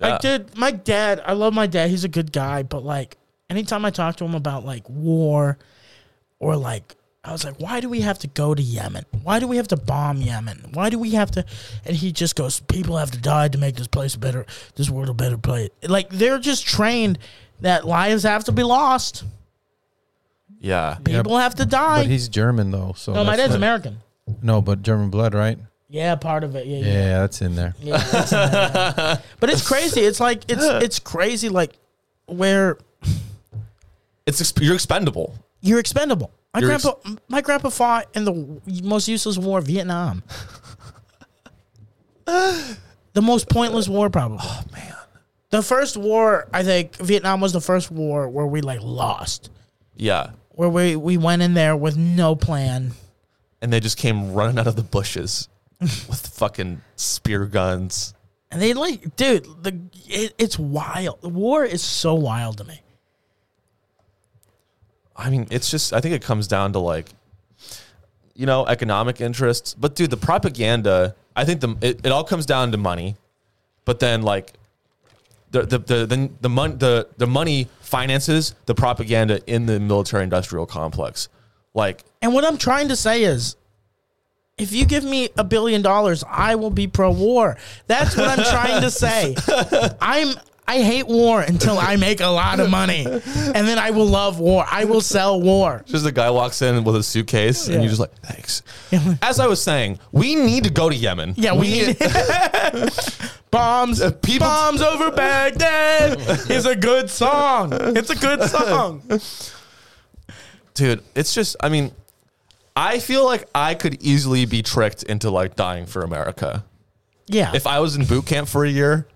I
Yeah.
did. My dad, I love my dad. He's a good guy, but like anytime I talk to him about like war or like I was like, why do we have to go to Yemen? Why do we have to bomb Yemen? Why do we have to? And he just goes, people have to die to make this place better, this world a better place. Like they're just trained that lives have to be lost,
Yeah.
people have to
But
die.
he's German though, so
No, my
that's
dad's
not-
American.
No, but German blood, right?
Yeah, part of it. Yeah, yeah.
Yeah, that's in there.
Yeah, that's in there. but it's crazy. It's like it's it's crazy. Like where
It's exp- you're expendable.
you're expendable. My
You're ex-
grandpa, my grandpa fought in the w- most useless war, Vietnam. the most pointless war, probably. Oh man, the first war I think Vietnam was the first war where we like lost,
Yeah.
where we we went in there with no plan.
And they just came running out of the
<laughs>
bushes with fucking spear guns.
And they like, dude, the it, it's wild. War is so wild to me.
I mean, it's just I think it comes down to like you know, economic interests. But dude, the propaganda, I think the it, it all comes down to money. But then like the the the the the, mon- the the money finances the propaganda in the military industrial complex. Like
And what I'm trying to say is, if you give me a billion dollars, I will be pro war. That's what I'm trying to
<laughs>
say. I'm I hate war until I make a lot of money, and then I will love war. I will sell war.
just the guy walks in with a suitcase and
Yeah.
you're just like, "Thanks." As I was saying, we need to go to Yemen.
Yeah, we need <laughs> bombs.
Uh, <laughs> people-
bombs over Baghdad is a good song. It's a good song.
dude it's just i mean i feel like i could easily be tricked into like dying for america
Yeah,
if i was in boot camp for a year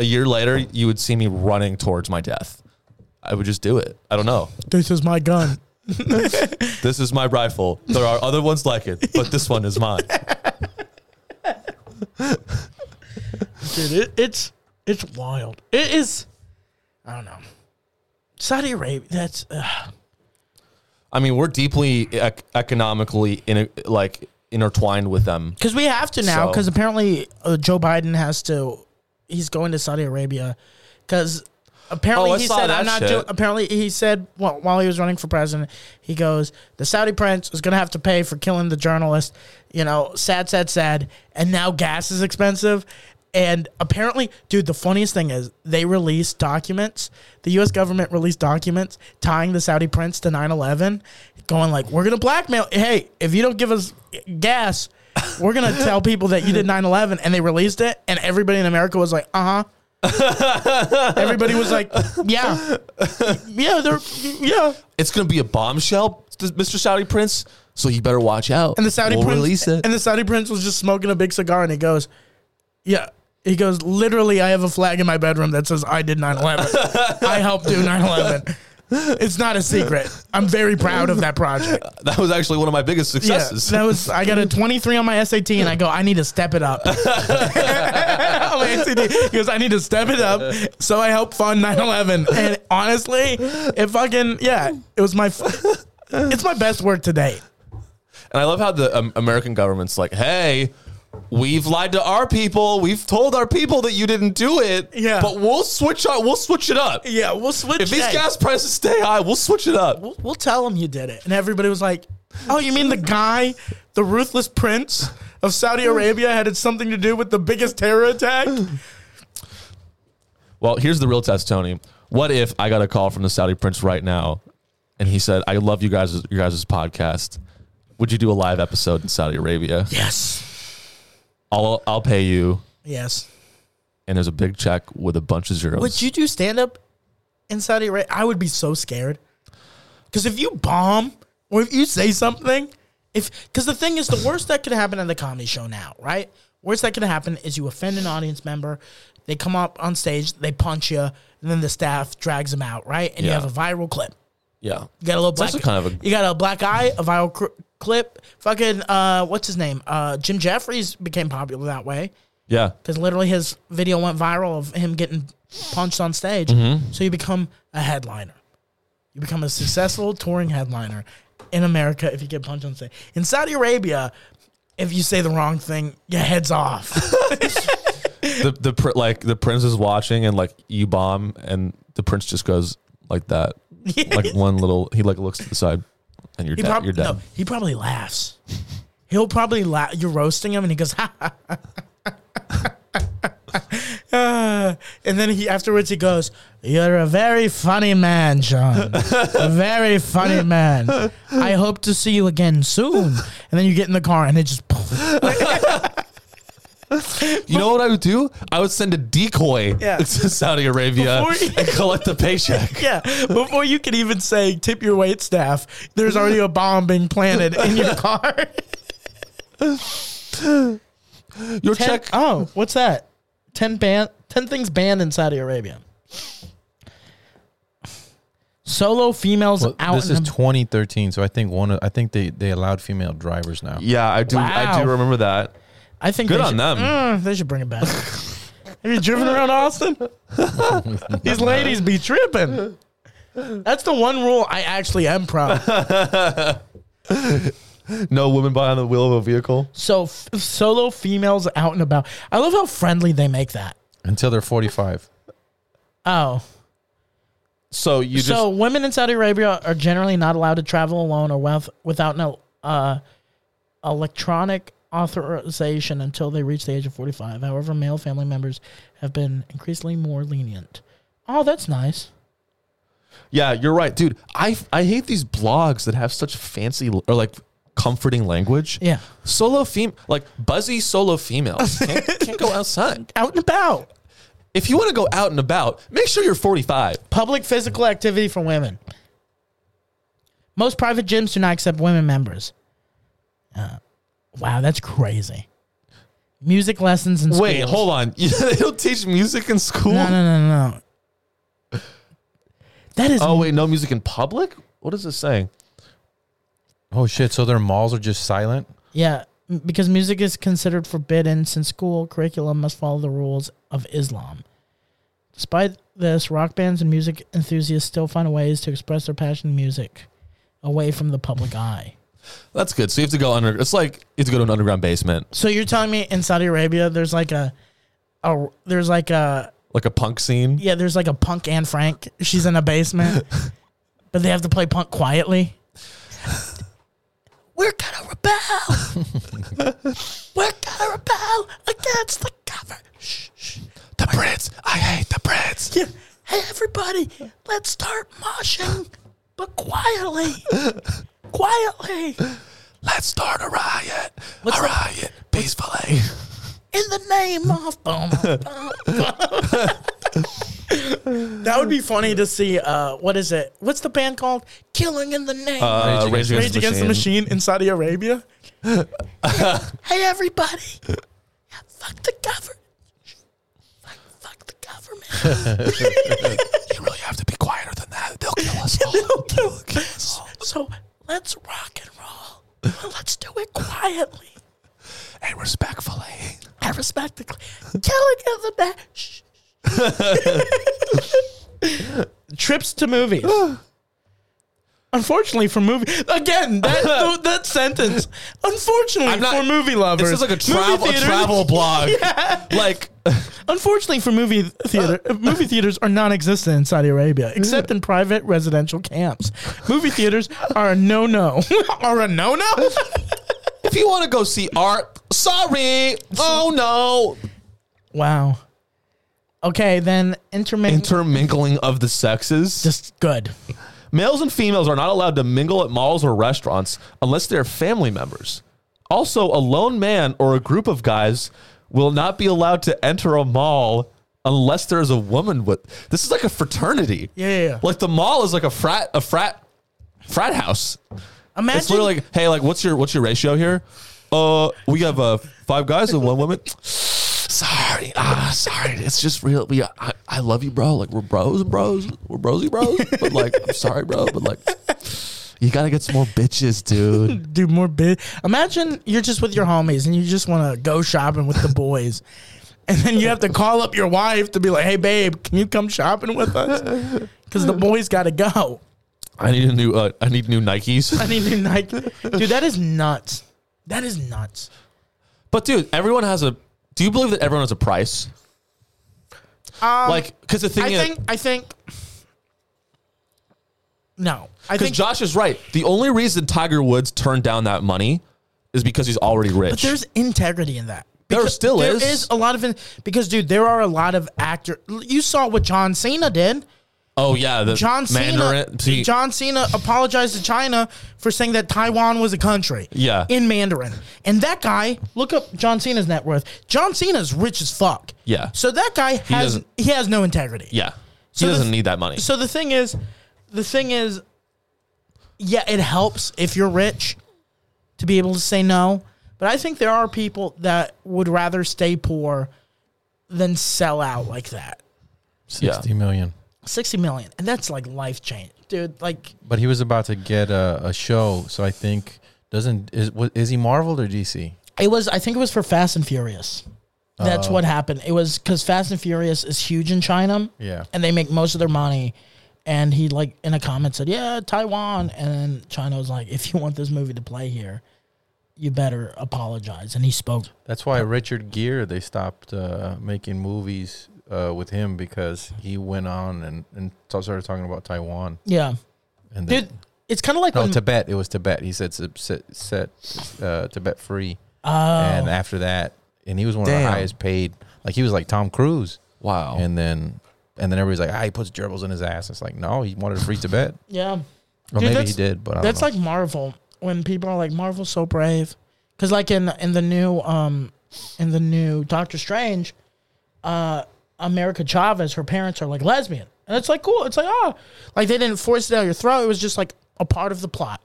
a year later you would see me running towards my death i would just do it i don't know
this is my gun.
this is my rifle there are other ones like it but this one is mine
dude. It, it's it's wild. It is. I don't know. Saudi Arabia. That's uh,
i mean we're deeply ec- economically in like intertwined with them
because we have to now.
So-
Because apparently uh, Joe Biden has to. He's going to Saudi Arabia because apparently
Oh, I
he
saw
said
that
I'm not.
shit.
doing apparently he said well, while he was running for president, he goes the Saudi prince is going to have to pay for killing the journalist. You know, sad, sad, sad. And now gas is expensive. And apparently, dude, the funniest thing is they released documents. The U.S. government released documents tying the Saudi prince to 9/11, going like, "We're gonna blackmail. Hey, if you don't give us gas, we're gonna tell people that you did 9/11." And they released it, and everybody in America was like, "Uh huh." Everybody was like, "Yeah, <laughs> yeah, they're yeah."
it's going to be a bombshell mr saudi prince so you better watch out
And the Saudi
we'll
prince
release it
And the Saudi prince was just smoking a big cigar, and he goes, "Yeah." He goes, "Literally, I have a flag in my bedroom that says I did
<laughs>
9/11. I helped do 9/11. It's not a secret. I'm very proud of that project.
that was actually one of my biggest
Yeah,
successes
that was. I <laughs> got a 23 on my SAT, and I go, I need to step it up. <laughs> on my SAT, he goes, I need to step it up. So I helped fund 9/11, and honestly, it fucking yeah, it was my. F- it's my best work to date.
And I love how the um, American government's like, "Hey, we've lied to our people. We've told our people that you didn't do it.
Yeah.
But we'll switch up. We'll switch it up.
Yeah, we'll switch.
If these
hey,
gas prices stay high, we'll switch it up.
we'll, we'll tell them you did it, and everybody was like, "Oh, you mean the guy, the ruthless prince of Saudi Arabia, had something to do with the biggest terror attack?"
Well, here's the real test, Tony. What if I got a call from the Saudi prince right now, and he said, "I love you guys, your guys' podcast. Would you do a live episode in Saudi Arabia?
Yes,
I'll I'll pay you,
yes.
and there's a big check with a bunch of zeros.
Would you do stand up in Saudi Arabia? I would be so scared. Because if you bomb or if you say something, if because the thing is, the worst that could happen at the comedy show now, right? Worst that could happen is you offend an audience member. They come up on stage, they punch you, and then the staff drags them out, right? And
Yeah.
you have a viral clip.
yeah,
You got a little black.
also kind of a-
you got a black eye, a viral cr- clip. Fucking uh, what's his name? Uh, Jim Jeffries became popular that way
yeah.
because literally his video went viral of him getting punched on stage. So you become a headliner. You become a successful touring headliner in America if you get punched on stage. In Saudi Arabia, if you say the wrong thing, your head's off. <laughs>
The the pr- like the prince is watching, and like you bomb, and the prince just goes like that, like one little. He like looks to the side, and you're
He,
dead.
prob-
you're dead.
no, he probably laughs. He'll probably laugh. You're roasting him, and he goes, <laughs> ha, ha, ha, ha, ha, ha." and then he afterwards he goes, "You're a very funny man, John. a very funny man. I hope to see you again soon." And then you get in the car, and it just <laughs>
You know what I would do? I would send a decoy
Yeah.
<laughs> to Saudi Arabia
Before you-
and collect
<laughs>
the paycheck.
yeah. Before you can even say tip your wait staff, there's already a bomb being planted in your car.
Your
Ten-
check.
oh, what's that? Ten ban- ten things banned in Saudi Arabia. Solo females
Well,
out.
this
in
is
the-
2013, so I think one. of- I think they they allowed female drivers now.
Yeah, I do. I
Wow.
do remember that.
I think
Good
they
on
should-
them.
Mm, they should bring it back. Have you driven around Austin? <laughs> These ladies be tripping. That's the one rule I actually am proud. of.
No woman behind the wheel of a vehicle.
So f- solo females out and about. I love how friendly they make that.
Until they're 45.
Oh,
So you just
so women in Saudi Arabia are generally not allowed to travel alone or with, without an uh, electronic authorization until they reach the age of 45. However, male family members have been increasingly more lenient. Oh, that's nice.
yeah, you're right, dude. I I hate these blogs that have such fancy or like comforting language.
Yeah.
Solo fem like buzzy solo
<laughs>
females can't, can't go outside.
Out and about.
If you want to go out and about, make sure you're 45.
Public physical activity for women. Most private gyms do not accept women members. Uh, wow, that's crazy. Music lessons and
Wait, hold on. <laughs> they don't teach music in school.
No, no, no, no. That is
Oh wait, no music in public. What is this saying?
Oh shit! So their malls are just silent.
Yeah, m- because music is considered forbidden since school curriculum must follow the rules of Islam. Despite this, rock bands and music enthusiasts still find ways to express their passion in music away from the public eye.
That's good. So you have to go under. It's like you have to go to an underground basement,
So you're telling me in Saudi Arabia there's like a, a there's like a
like a punk scene.
yeah there's like a punk Anne Frank. She's in a
<laughs>
basement, but they have to play punk quietly. We're gonna
<laughs>
rebel. We're gonna rebel against the government. Shh, shh.
The Brits. I hate the Brits.
Yeah. Hey, everybody, let's start moshing, but
<laughs>
quietly. quietly.
Let's start a riot.
What's
a
that?
riot peacefully.
In the name of. <laughs> Boom, that would be funny to see. Uh, what is it? What's the band called? Killing in the Name.
Uh, Rage,
Rage Against
Rage Against the Machine in Saudi Arabia. <laughs> hey, everybody. Yeah, fuck the government. Fuck, fuck the government.
You really have to be quieter than that. <laughs> They'll kill us
They'll kill us. So let's rock and roll. But let's do it quietly
and respectfully.
and respectfully. Killing of the day. Shh.
<laughs>
Trips to movies. <sighs> Unfortunately for movie again
<laughs>
that th- that sentence. Unfortunately
I'm not-
for movie lovers.
This is like a
Movie
travel a
theaters-
travel <laughs> blog. Like
Unfortunately for movie theater, uh, <laughs> movie theaters are non-existent in Saudi Arabia except in private residential camps. Movie theaters are a
<laughs>
no-no. are a no-no?
if you want to go see art, sorry. Oh no.
Wow. Okay, then intermittent.
Intermingling of the sexes.
just good.
Males and females are not allowed to mingle at malls or restaurants unless they're family members. Also, a lone man or a group of guys will not be allowed to enter a mall unless there is a woman with. This is like a fraternity.
Yeah, yeah, yeah.
Like the mall is like a frat, a frat, frat house.
Imagine
It's literally like, hey, like, what's your what's your ratio here? Uh, we have uh five guys and one woman. <sighs> Sorry, ah, sorry. It's just real. We, I, I love you, bro. Like we're bros, bros. We're brosy bros. But like, I'm sorry, bro. But like, you gotta get some more bitches, dude.
do more bit. Imagine you're just with your homies and you just want to go shopping with
<laughs>
the boys. And then you have to call up your wife to be like, "Hey babe, can you come shopping with us?" Cuz the boys got to go. <laughs>
I need a new. Uh, I need new Nikes.
I need new Nike. Dude, that is nuts. That is nuts.
But dude, everyone has a. Do you believe that everyone has a price?
Um,
Like, because the thing
I
is,
think I think No. I
because
think
Josh is right. The only reason Tiger Woods turned down that money is because he's already rich.
But there's integrity in that.
There still
there
is.
is a lot of in, because dude, there are a lot of actor. You saw what John Cena did.
oh yeah, the
John Cena.
Mandarin- see-
John Cena apologized to China for saying that Taiwan was a country.
Yeah.
in Mandarin. And that guy, look up John Cena's net worth. John Cena's rich as fuck.
Yeah.
So that guy has
doesn't-
he, has no integrity.
Yeah. He
So the
doesn't
th-
need that money.
So the thing is, the thing is, yeah, it helps if you're rich to be able to say no. But I think there are people that would rather stay poor than sell out like that.
Sixty million.
Sixty million, and that's like life change, dude. Like.
But he was about to get a, a show, so I think doesn't is wa- is he Marvel or DC?
It was. I think it was for Fast and Furious.
Uh-huh.
That's what happened. It was because Fast and Furious is huge in China.
Yeah.
and they make most of their money. And he like in a comment said, "Yeah, Taiwan." And then China was like, "If you want this movie to play here, you better apologize." And he spoke.
That's why Richard Gere they stopped uh, making movies uh, with him because he went on and and t- started talking about Taiwan
Yeah,
and the-
dude, um, it's kind of like
no
when
Tibet. It was Tibet. He said sub- set, set uh, Tibet free,
Oh.
and after that, and he was one of
Damn.
the highest paid. Like he was like Tom Cruise,
Wow.
Oh.
and then and then everybody's like, ah, he puts gerbils in his ass. It's like no, he wanted to free Tibet.
yeah.
Well,
Dude,
maybe he
that's-
did, but I don't
That's
know.
like Marvel when people are like Marvel's so brave, because like in in the new um in the new Doctor Strange, uh America Chavez, her parents are like lesbian, and it's like cool. It's like oh, like they didn't force it down your throat. It was just like a part of the plot,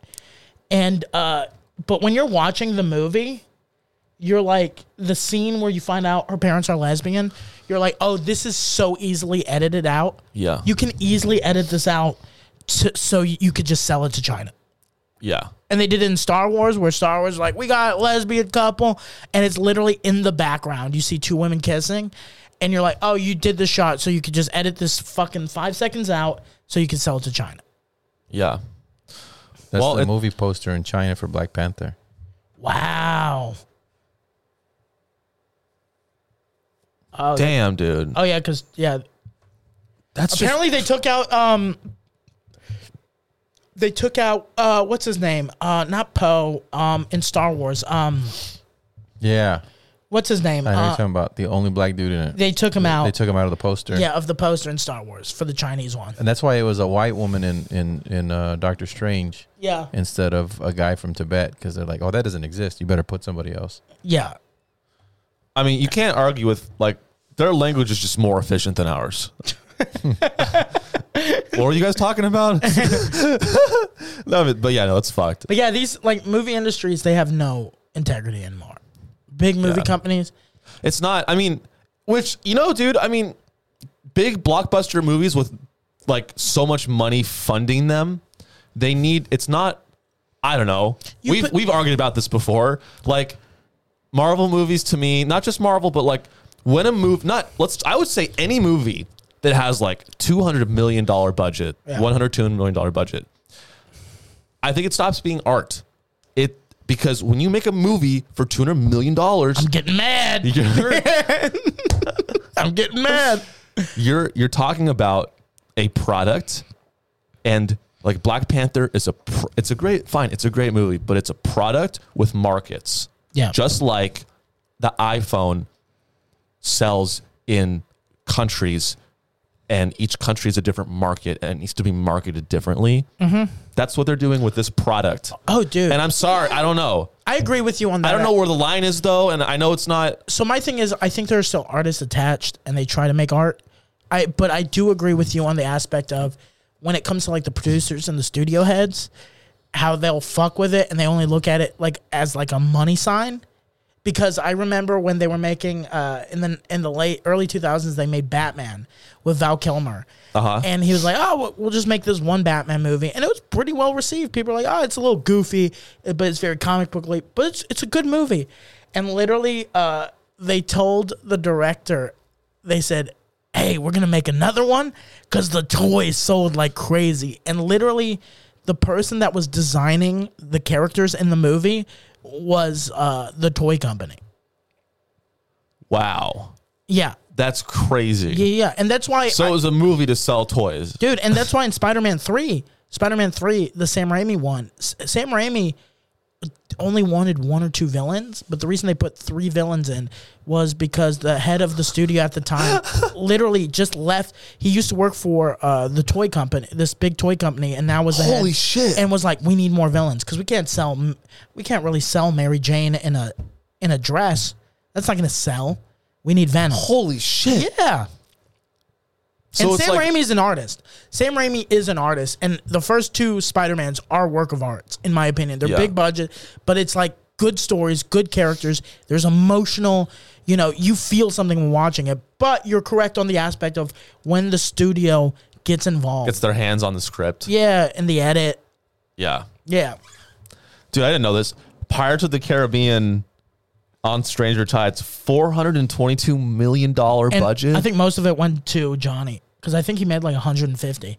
and uh but when you're watching the movie. You're like the scene where you find out her parents are lesbian. You're like, oh, this is so easily edited out.
Yeah.
you can easily edit this out, to, so you could just sell it to China
yeah.
and they did it in Star Wars, where Star Wars like we got a lesbian couple, and it's literally in the background. You see two women kissing, and you're like, oh, you did the shot, so you could just edit this fucking five seconds out, so you could sell it to China.
Yeah.
That's
Well,
the
it-
movie poster in China for Black Panther.
Wow.
Damn, dude.
Oh yeah, because yeah,
That's just
apparently they took out um, they took out uh, what's his name? Uh, not Poe. Um, in Star Wars. Um,
Yeah,
what's his name?
I know you're
Uh,
talking about the only black dude in it.
they took him out.
They took him out of the poster.
yeah, of the poster in Star Wars for the Chinese one.
and that's why it was a white woman in in in uh, Doctor Strange
Yeah.
instead of a guy from Tibet because they're like, oh, that doesn't exist. You better put somebody else.
Yeah.
I mean, you can't argue with like their language is just more efficient
<laughs>
than ours. what were you guys
<laughs>
talking about? <laughs> no, but, but yeah, no, it's fucked.
But yeah, these like movie industries, they have no integrity anymore. Big movie
Yeah.
companies.
It's not. I mean, which you know, dude. I mean, big blockbuster movies with like so much money funding them, they need. It's not. I don't know.
You
we've
put-
we've argued about this before. Like Marvel movies to me, not just Marvel, but like when a move, not let's. I would say any movie that has like two hundred million dollar budget,
Yeah.
one hundred two hundred million dollar budget. I think it stops being art. It because when you make a movie for two hundred million dollars, <laughs>
I'm getting mad.
you're
I'm getting mad.
you're you're talking about a product, and like Black Panther is a pr- it's a great fine it's a great movie, but it's a product with markets.
Yeah.
just like the iPhone sells in countries and each country is a different market and it needs to be marketed differently.
Mm-hmm.
That's what they're doing with this product.
Oh, dude.
And I'm sorry, I don't know.
I agree with you on that.
I don't know where the line is though, and I know it's not.
So my thing is, I think there are still artists attached, and they try to make art. I but I do agree with you on the aspect of when it comes to like the producers and the studio heads, how they'll fuck with it, and they only look at it like as like a money sign. Because I remember when they were making uh, in the in the late early two thousands, they made Batman with Val Kilmer,
Uh-huh.
and he was like, "Oh, we'll- we'll just make this one Batman movie," and it was pretty well received. People were like, "Oh, it's a little goofy, eh, but it's very comic bookly, but it's it's a good movie." And literally, uh, they told the director, they said, "Hey, we're gonna make another one because the toy sold like crazy." And literally, the person that was designing the characters in the movie was uh, the toy company.
Wow,
Yeah,
that's crazy.
yeah, yeah, and that's why.
So it was a movie to sell toys.
dude. And that's why in Spider Man three, Spider Man three, the Sam Raimi one, S- Sam Raimi only wanted one or two villains, but the reason they put three villains in was because the head of the studio at the time
<laughs>
literally just left. He used to work for uh, the toy company, this big toy company, and now was the
Holy
head
shit.
and was like, we need more villains because we can't sell, m- we can't really sell Mary Jane in a in a dress. That's not gonna sell. We need Venom.
Holy shit!
Yeah
So
and
it's
Sam
like,
Raimi is an artist. Sam Raimi is an artist, and the first two Spider Mans are work of art, in my opinion. They're
Yeah.
big budget, but it's like good stories, good characters. There's emotional, you know, you feel something when watching it. But you're correct on the aspect of when the studio gets involved.
gets their hands on the script.
yeah, in the edit.
yeah.
Yeah,
Dude, I didn't know this. Pirates of the Caribbean on Stranger Tides, four hundred and twenty-two million dollar
and
budget.
I think most of it went to Johnny because I think he made like 150.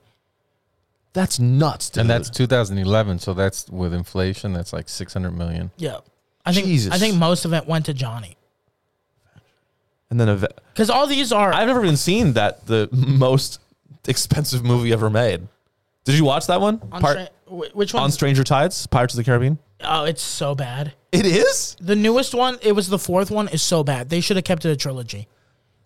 that's nuts, dude.
And that's 2011, so that's with inflation. That's like 600 million.
Yeah, I think
Jesus.
I think most of it went to Johnny
and then a,
because all these are.
I've never even seen that the most expensive movie ever made. Did you watch that one?
on
Part-
tra- wh- which
on
one's
Stranger Tides, Pirates of the Caribbean.
Oh, it's so bad.
It is.
The newest one, it was the fourth one, is so bad. They should have kept it a trilogy.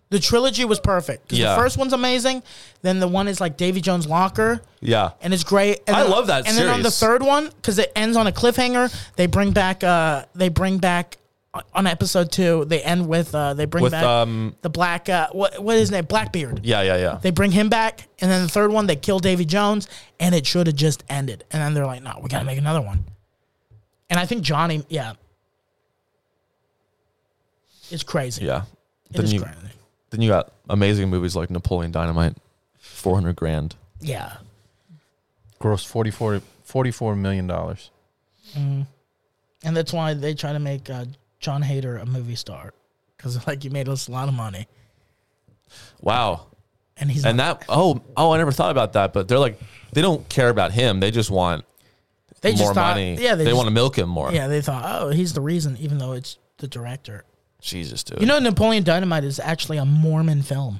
The trilogy was perfect. 'cause
Yeah.
The first one's amazing. Then the one is like Davy Jones' locker,
Yeah.
and it's great. And
I
then-
love that
And then on the
series.
third one, because it ends on a cliffhanger, they bring back. Uh, they bring back uh, on episode two. They end with. Uh, they bring
With,
back
um,
the black. Uh, what what is his name? Blackbeard.
Yeah, yeah, yeah.
They bring him back, and then the third one, they kill Davy Jones, and it should have just ended. And then they're like, "No, we gotta make another one." And I think Johnny, yeah, it's crazy.
yeah.
it
Then
is
you
crazy.
then you got amazing movies like Napoleon Dynamite, four hundred grand.
Yeah,
Gross 44, 44 million dollars.
and that's why they try to make uh, John Hader a movie star because like you made us a lot of money,
Wow.
and he's
And that oh oh I never thought about that, but they're like they don't care about him. They just want
they
more
just thought,
money.
yeah, they,
they
just-
want to milk him more.
yeah, they thought, oh, he's the reason, even though it's the director.
Jesus, dude.
You know, Napoleon Dynamite is actually a Mormon film.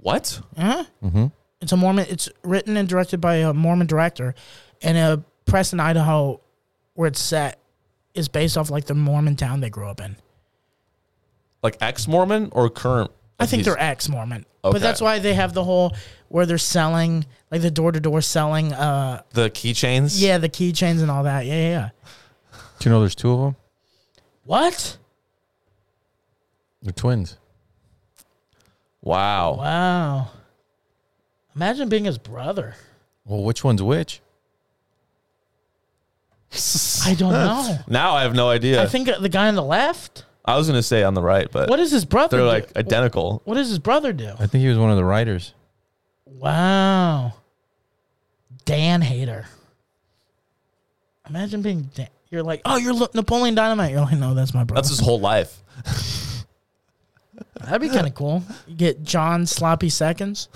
what?
Huh? Mm-hmm. It's a Mormon. It's written and directed by a Mormon director, and a press in Idaho where it's set is based off like the Mormon town they grew up in.
Like ex Mormon or current?
I think
He's-
they're ex-Mormon,
Okay.
but that's why they have the whole where they're selling like the door-to-door selling. Uh,
the keychains.
yeah, the keychains and all that. Yeah, yeah. yeah.
Do you know there's two of them?
What?
They're twins.
Wow.
Wow. Imagine being his brother.
Well, which one's which?
I don't know.
Now I have no idea.
I think the guy on the left.
I was gonna say on the right, but
What does his brother?
they're
do?
like identical.
What does his brother do?
I think he was one of the writers.
Wow. Dan Hater. Imagine being Dan. You're like, oh, you're Lo- Napoleon Dynamite. You're like, no, that's my brother.
That's his whole life.
That'd be kind of cool. You
<laughs>
get John Sloppy Seconds.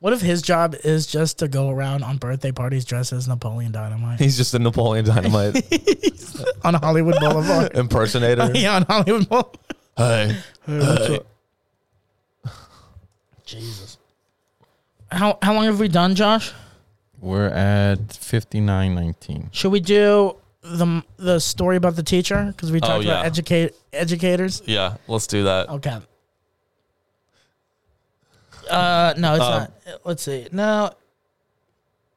What if his job is just to go around on birthday parties dressed as Napoleon Dynamite
He's just a
<laughs>
Napoleon Dynamite
on Hollywood
<laughs>
Boulevard?
impersonator.
Oh, yeah, on Hollywood Boulevard.
Hey.
Jesus. How how long have we done, Josh?
We're at fifty nine nineteen.
Should we do the the story about the teacher because we talked
yeah.
about educate educators?
Yeah, let's do that.
Okay. Uh, no, it's
Um,
not. Let's see. No,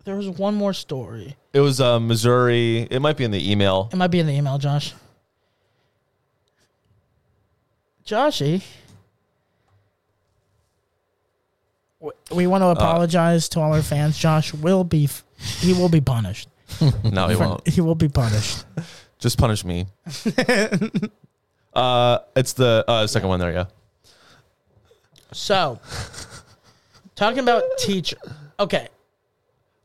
there was one more story.
It was uh, Missouri. It might be in the email.
It might be in the email, Josh. Joshy, W- we want to apologize to all our fans. Josh will be, f- he will be punished.
No,
<laughs>
it won't.
He will be punished.
Just punish me. uh, it's the uh, second one there. Yeah.
So, talking about teacher. Okay,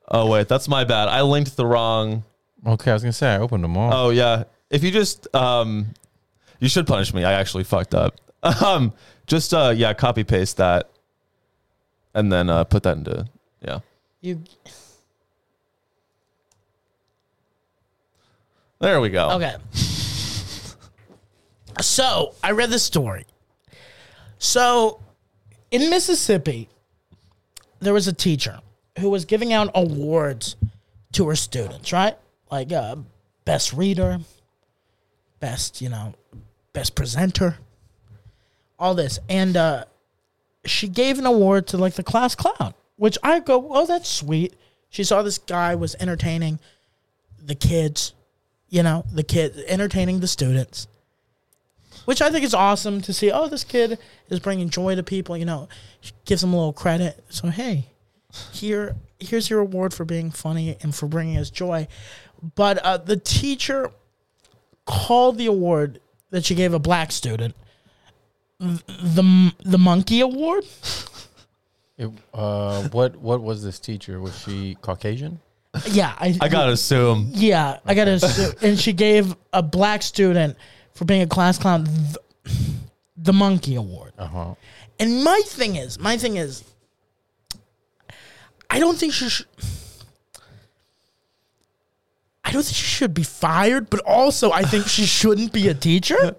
Oh wait, that's my bad. I linked the wrong.
Okay, I was gonna say I opened them all.
Oh yeah. If you just um, you should punish me. I actually fucked up. <laughs> Um, just uh, yeah, copy paste that, and then uh, put that into yeah.
you
There we go.
Okay. so I read this story. So in Mississippi, there was a teacher who was giving out awards to her students, right? Like uh, best reader, best, you know, best presenter, all this. And uh, she gave an award to like the class clown, which I go, oh, that's sweet. She saw this guy was entertaining the kids, you know, the kid entertaining the students, which I think is awesome to see. Oh, this kid is bringing joy to people. You know, gives them a little credit. So hey, here here's your award for being funny and for bringing us joy. But uh, the teacher called the award that she gave a black student th- the m- the monkey award.
It, uh, what what was this teacher? Was she Caucasian?
Yeah, I,
I gotta assume.
Yeah, I got to. and she gave a black student for being a class clown the, the monkey award.
Uh huh.
And my thing is, my thing is, I don't think she should. I don't think she should be fired, but also I think she shouldn't be a teacher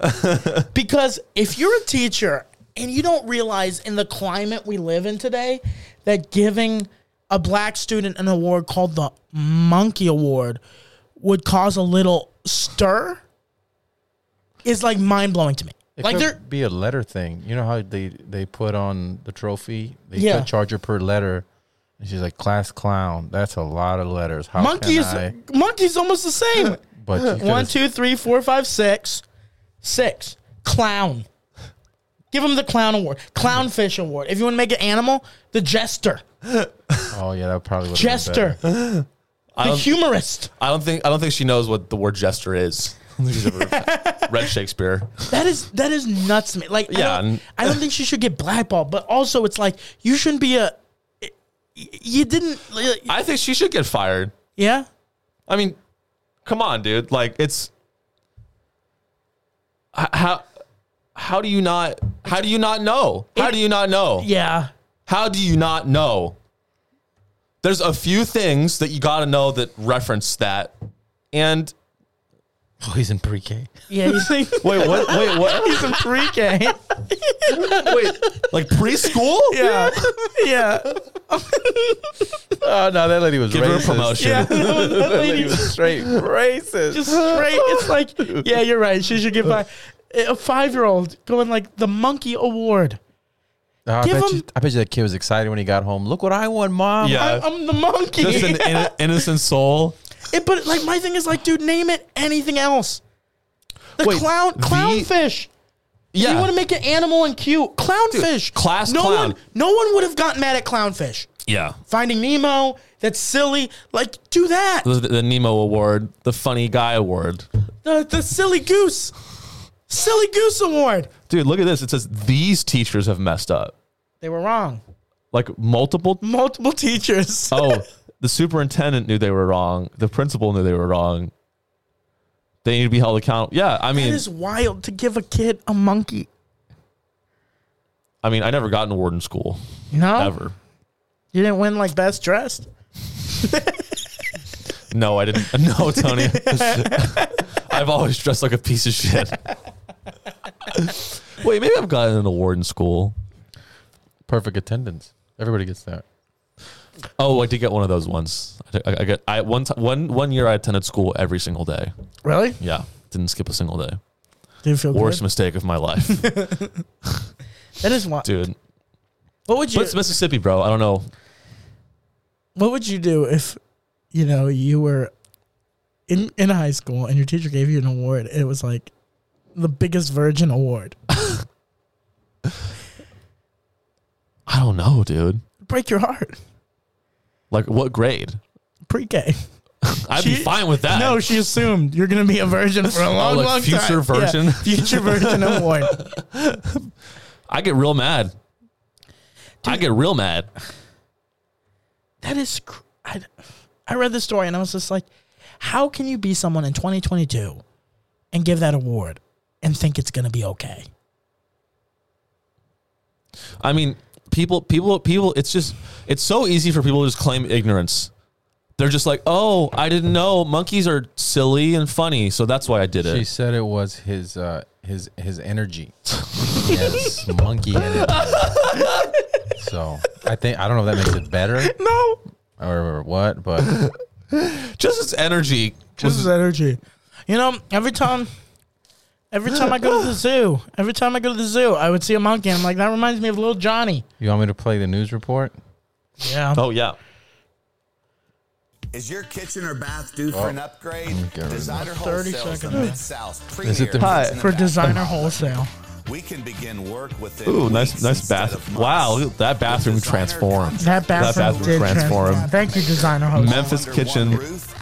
because if you're a teacher and you don't realize in the climate we live in today that giving a black student an award called the Monkey Award would cause a little stir is like mind blowing to me.
It
like they're
could be a letter thing. You know how they they put on the trophy? They
Yeah.
could charge her per letter. And she's like, class clown. That's a lot of letters. How
Monkey
can
is
I?
monkey is almost the same.
But you could've-
One, two, three, four, five, six, six. Clown. Give him the clown award, clownfish award. If you want to make it animal, the jester,
Oh yeah, that probably would. <laughs>
jester, the humorist.
I don't think I don't think she knows what the word jester is. She's never read Shakespeare.
That is that is nuts to me. Like,
Yeah,
I
and-
don't, I don't think she should get blackballed, but also it's like you shouldn't be a. You didn't,
I think she should get fired.
yeah.
I mean, come on, dude. Like it's h- how how do you not how do you not know? How do you not know?
Yeah.
How do you not know? There's a few things that you got to know that reference that. And
Oh, he's in pre-K.
Yeah. You think
wait, what? Wait, what?
<laughs> he's in pre K?
<laughs> Wait, like preschool?
Yeah. <laughs> Yeah.
<laughs> Oh no, that lady was
Give her a
racist. <laughs>
promotion.
That lady <laughs>
Straight racist.
just <laughs> straight. It's like, yeah, you're right. She should get by. A five year old going like the monkey award.
Oh, I,
give
bet
him-
you, I bet you that kid was excited when he got home. Look what I won, mom.
Yeah.
I, I'm the monkey.
Uh,
<laughs>
Just an in- innocent soul.
It- but like my thing is like, dude, name it anything else. The
Wait,
clown
the-
clownfish.
Yeah.
You want to make it animal and cute. Clownfish.
class
no
clown.
One, no one would have gotten mad at clownfish.
yeah.
Finding Nemo. That's silly. Like do that.
The, the Nemo Award, the Funny Guy Award.
The, the silly goose. Silly goose award.
Dude, look at this. It says these teachers have messed up.
They were wrong.
Like multiple
Multiple teachers.
oh, the superintendent knew they were wrong. The principal knew they were wrong. They need to be held accountable. Yeah, I
It
mean,
is wild to give a kid a monkey.
I mean, I never got an award in school
No,
ever.
You didn't win like best dressed.
No, I didn't. <laughs> No, Tony. I've always dressed like a piece of shit. Wait, maybe I've gotten an award in school.
Perfect attendance. Everybody gets that.
Oh, I did get one of those once. I, I, I get I one ti- one one year I attended school every single day.
Really?
Yeah, didn't skip a single day.
Didn't feel
Worst
good.
mistake of my life, <laughs>
That is one.
dude.
What would
But
you
it's Mississippi, bro. I don't know.
What would you do if you know you were in in high school and your teacher gave you an award? And it was like the biggest virgin award.
I don't know, dude.
Break your heart.
Like what grade?
Pre-K.
I'd be
She-
fine with that.
<laughs> No, she assumed you're gonna be a virgin <laughs> for a long,
like
long
future
time. Yeah,
virgin?
<laughs> future Oh, virgin award.
I get real mad. I get real mad.
That is. Cr- I, I read the story and I was just like, how can you be someone in 2022 and give that award and think it's gonna be okay?
I mean, people, people, people. It's just, it's so easy for people to just claim ignorance. They're just like, oh, I didn't know monkeys are silly and funny, so that's why I did
She
it.
said it was his uh, his his <laughs> energy. yes, monkey energy. so I think I don't know if that makes it better
No,
or what, but
Just its energy.
Just his energy. You know, every time, every time I go to <gasps> the zoo, every time I go to the zoo, I would see a monkey. And I'm like, that reminds me of little Johnny.
you want me to play the news report?
Yeah.
<laughs> Oh yeah.
Is your kitchen or bath due for an
Oh.
upgrade?
me get rid of
Designer
30
Wholesale is the
seconds.
Mid-South's premier
Is it the-
kitchen
Hi.
and
For
bath
designer
supply.
wholesale.
We can begin work within
Ooh, nice,
weeks
nice
instead of
bath.
months.
Wow, look at that bathroom
Designer
transformed.
That
contract-
bathroom,
bathroom
did
transform.
transform. Thank you, designer wholesale.
Mem- Memphis
Under one
kitchen.
roof.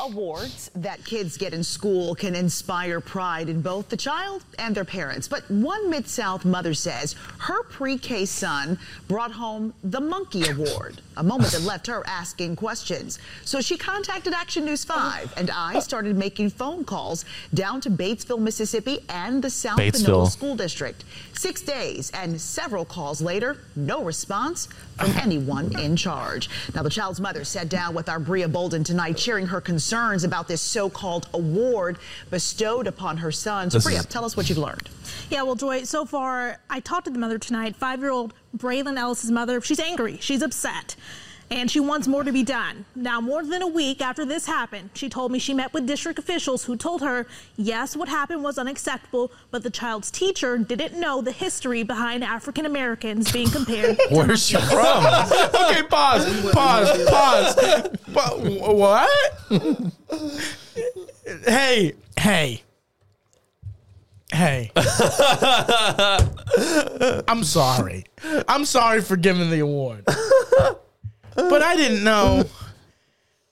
Awards that kids get in school can inspire pride in both the child and their parents. But one Mid South mother says her pre K son brought home the Monkey Award, a moment that left her asking questions. So she contacted Action News 5, and I started making phone calls down to Batesville, Mississippi, and the South Panola
Batesville.
School District. Six days and several calls later, no response
<laughs>
from anyone in charge. Now, the child's mother sat down with our Bria Bolden tonight, sharing her concerns about this so called award bestowed upon her son. So,
This
Bria,
is-
tell us what you've learned.
Yeah, well, Joy, so far, I talked to the mother tonight. Five year old Braylon Ellis's mother, she's angry, she's upset, and she wants more to be done. Now, more than a week after this happened, she told me she met with district officials who told her, yes, what happened was unacceptable, but the child's teacher didn't know the history behind African Americans being compared. to
Where's she from?
okay, pause. Pause. Pause. But what? hey. Hey. Hey. I'm sorry. I'm sorry for giving the award. But I didn't know.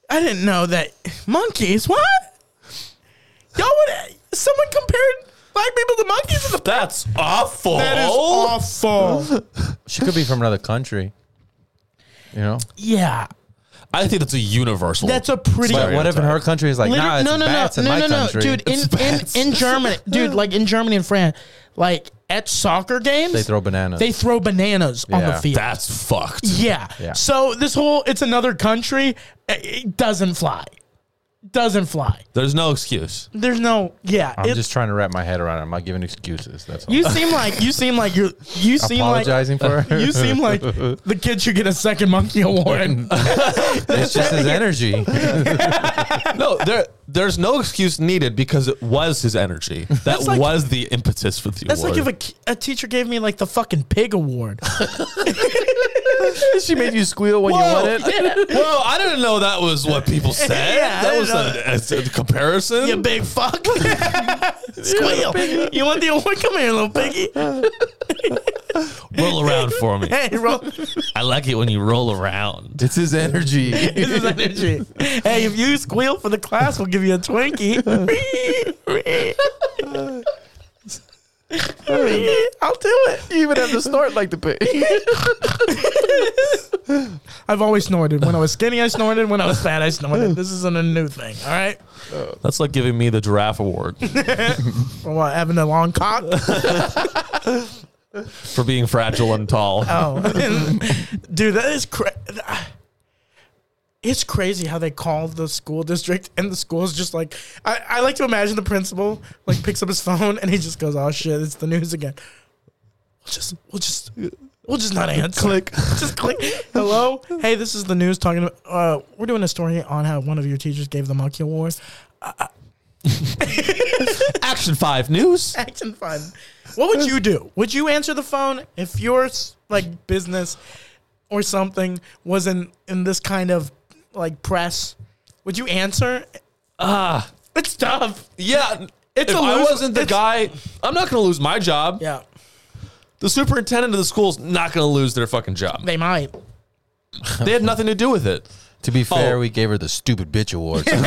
I didn't know that monkeys. What? Y'all would someone compared black people to monkeys in the
That's awful.
That is
Oh.
awful.
She could be from another country. You know,
Yeah.
I think that's a universal.
That's a pretty
but what if in her country is like,
Liter-
nah, it's
no, no,
bats
no,
in
no,
my
no, no,
country.
dude. In,
<laughs> It's
in
bats.
in Germany, dude, like in Germany and France, like at soccer games,
They throw bananas.
They throw bananas on the
Yeah.
field.
That's fucked.
yeah.
Yeah.
So this whole it's another country it- it doesn't fly, doesn't fly.
There's no excuse.
There's no yeah.
I'm
it-
just trying to wrap my head around it. I'm not giving excuses. That's all.
you seem like you seem like you're you seem
apologizing
like
for her.
<laughs> you seem like the kid should get a second monkey
<laughs>
award.
it's
<laughs>
just his energy.
No, there, there's no excuse needed because it was
<laughs>
his energy. That
like-
was the impetus for the
That's
award.
like if a, ki- a teacher gave me like the fucking pig award.
<laughs> she made you squeal when
Whoa. <laughs> Whoa, I didn't know that was what people
<laughs>
said.
Yeah, I
that
didn't
was
know.
a, that's a comparison.
You big <laughs> fuck. Squeal. You want the award? Come here, little <laughs> piggy.
roll around
<laughs>
for me.
Hey, roll.
I like it when you roll around.
It's his <laughs> energy.
This is energy. Hey, if you squeal for the class, we'll give you a Twinkie. <laughs> I'll do it.
you even have to
<laughs>
snort like the pig.
I've always snorted. When I was skinny, I snorted. When I was fat, I snorted. This isn't a new thing, all right?
That's like giving me the giraffe award.
For what, having a long cock?
for being fragile and tall.
<laughs> Oh, dude, that is cra- It's crazy how they call the school district, and the school is just like I, I like to imagine the principal like picks up his phone and he just goes, "Oh shit, it's the news again." We'll just we'll just we'll just not answer. Click, <laughs> just click. Hello, hey, this is the news talking. About, uh, we're doing a story on how one of your teachers gave the monkey awards.
Action Five News.
Action fun. What would you do? Would you answer the phone if your like business or something was in in this kind of like press? Would you answer? Ah, it's tough.
Yeah,
It's
if
a
I
lose-
wasn't the
it's-
guy, I'm not going to lose my job.
Yeah,
The superintendent of the school's not going to lose their fucking job.
they might.
They had nothing to do with it.
To be fair,
Oh.
we gave her the stupid bitch award. so I think- <laughs>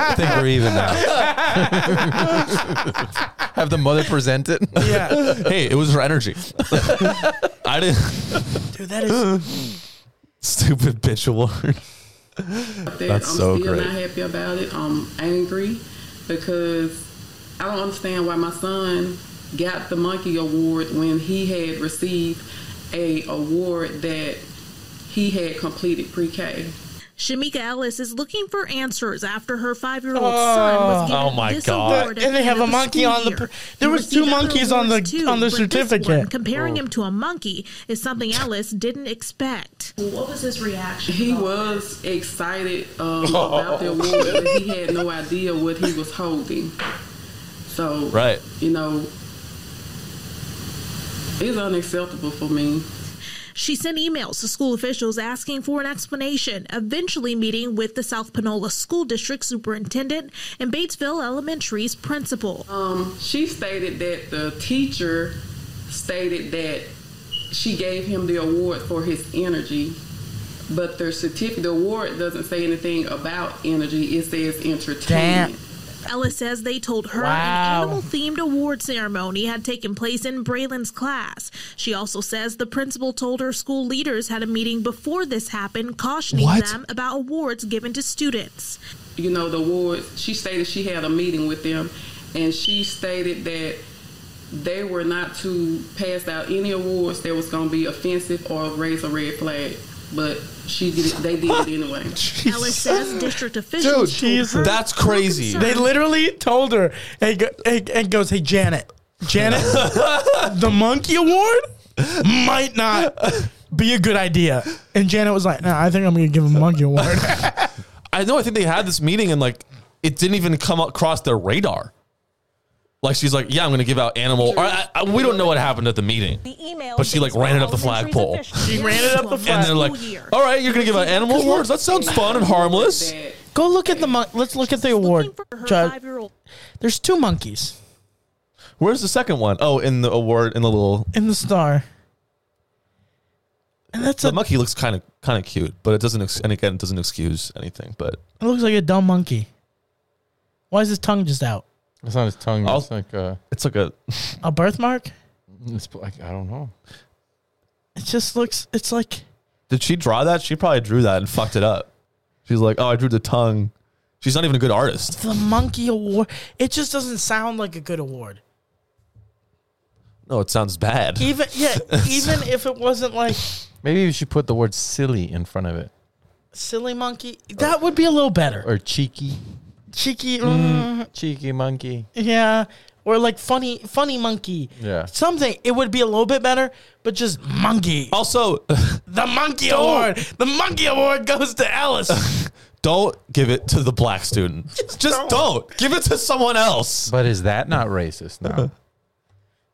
I think we're even now. <laughs> Have the mother present it.
Yeah,
Hey, it was her energy. I didn't.
dude, that is
Stupid bitch award.
that
That's
I'm
so
still
great.
not happy about it. I'm angry because I don't understand why my son got the monkey award when he had received a award that he had completed pre-K.
Shamika Ellis is looking for answers after her five-year-old son was given
Oh my
this
God.
award. at
And they
the
have
end of
a
the
monkey
school
on the
year.
per-
He
there was
received
two
other
monkeys on the-
awards too,
on the
but this one,
certificate.
comparing
Oh.
him to a monkey is something Ellis didn't expect.
What was his reaction?
He
Oh.
was excited
<laughs>
um, about the award, but he had no idea what he was holding. So,
Right.
you know, it's unacceptable for me.
She sent emails to school officials asking for an explanation, eventually meeting with the South Panola School District Superintendent and Batesville Elementary's principal.
Um, she stated that the teacher stated that she gave him the award for his energy, but the certificate the award doesn't say anything about energy. It says entertainment.
Damn.
Ellis says they told her
Wow.
an animal-themed award ceremony had taken place in Braylon's class. She also says the principal told her school leaders had a meeting before this happened, cautioning
What?
them about awards given to students.
you know, the awards. She stated she had a meeting with them, and she stated that they were not to pass out any awards that was going to be offensive or raise a red flag. But she did it, they did it anyway.
Ellis says district officials told
Jesus.
her
That's
her
crazy.
concern
they literally told her and go, and, and goes, "Hey Janet, <laughs> Janet, the monkey award might not be a good idea." And Janet was like, nah, "I think I'm gonna give him a monkey
<laughs>
award."
I know. I think they had this meeting and like it didn't even come across their radar. Like she's like, yeah, I'm going to give out animal. Or, I, I, we don't know what happened at the meeting.
the email
But she, like,
Batesville
ran it up the
Elementary's
flagpole.
officials
She ran it up the
to
flag-
And they're like,
school year.
all right, you're going to give out animal awards. That sounds fun and harmless.
That
Go look at the mon- let's look at the award.
Looking for her
Judge.
five-year-old
There's two monkeys
Where's the second one? Oh, in the award, in the little.
in the star, and that's a
The monkey looks kind of kind of cute, but it doesn't. Ex- and again, it doesn't excuse anything. But
it looks like a dumb monkey. Why is his tongue just out?
It's not his tongue.
I'll-
It's like uh,
it's like a
A birthmark?
it's like I don't know.
It just looks. It's like
Did she draw that? She probably drew that and fucked it up. She's like, oh, I drew the tongue. She's not even a good artist.
the monkey award. It just doesn't sound like a good award.
No, it sounds bad.
Even yeah, even if it wasn't like
Maybe you should put the word silly in front of it
silly monkey, that would be a little better.
or cheeky,
Cheeky, mm,
cheeky monkey.
yeah, or like funny, funny monkey.
Yeah.
something. It would be a little bit better, but just monkey.
Also, <laughs>
The monkey award. The monkey award goes to Alice.
don't give it to the black student. Just, don't. Give it to someone else.
But is that not racist? <laughs> No.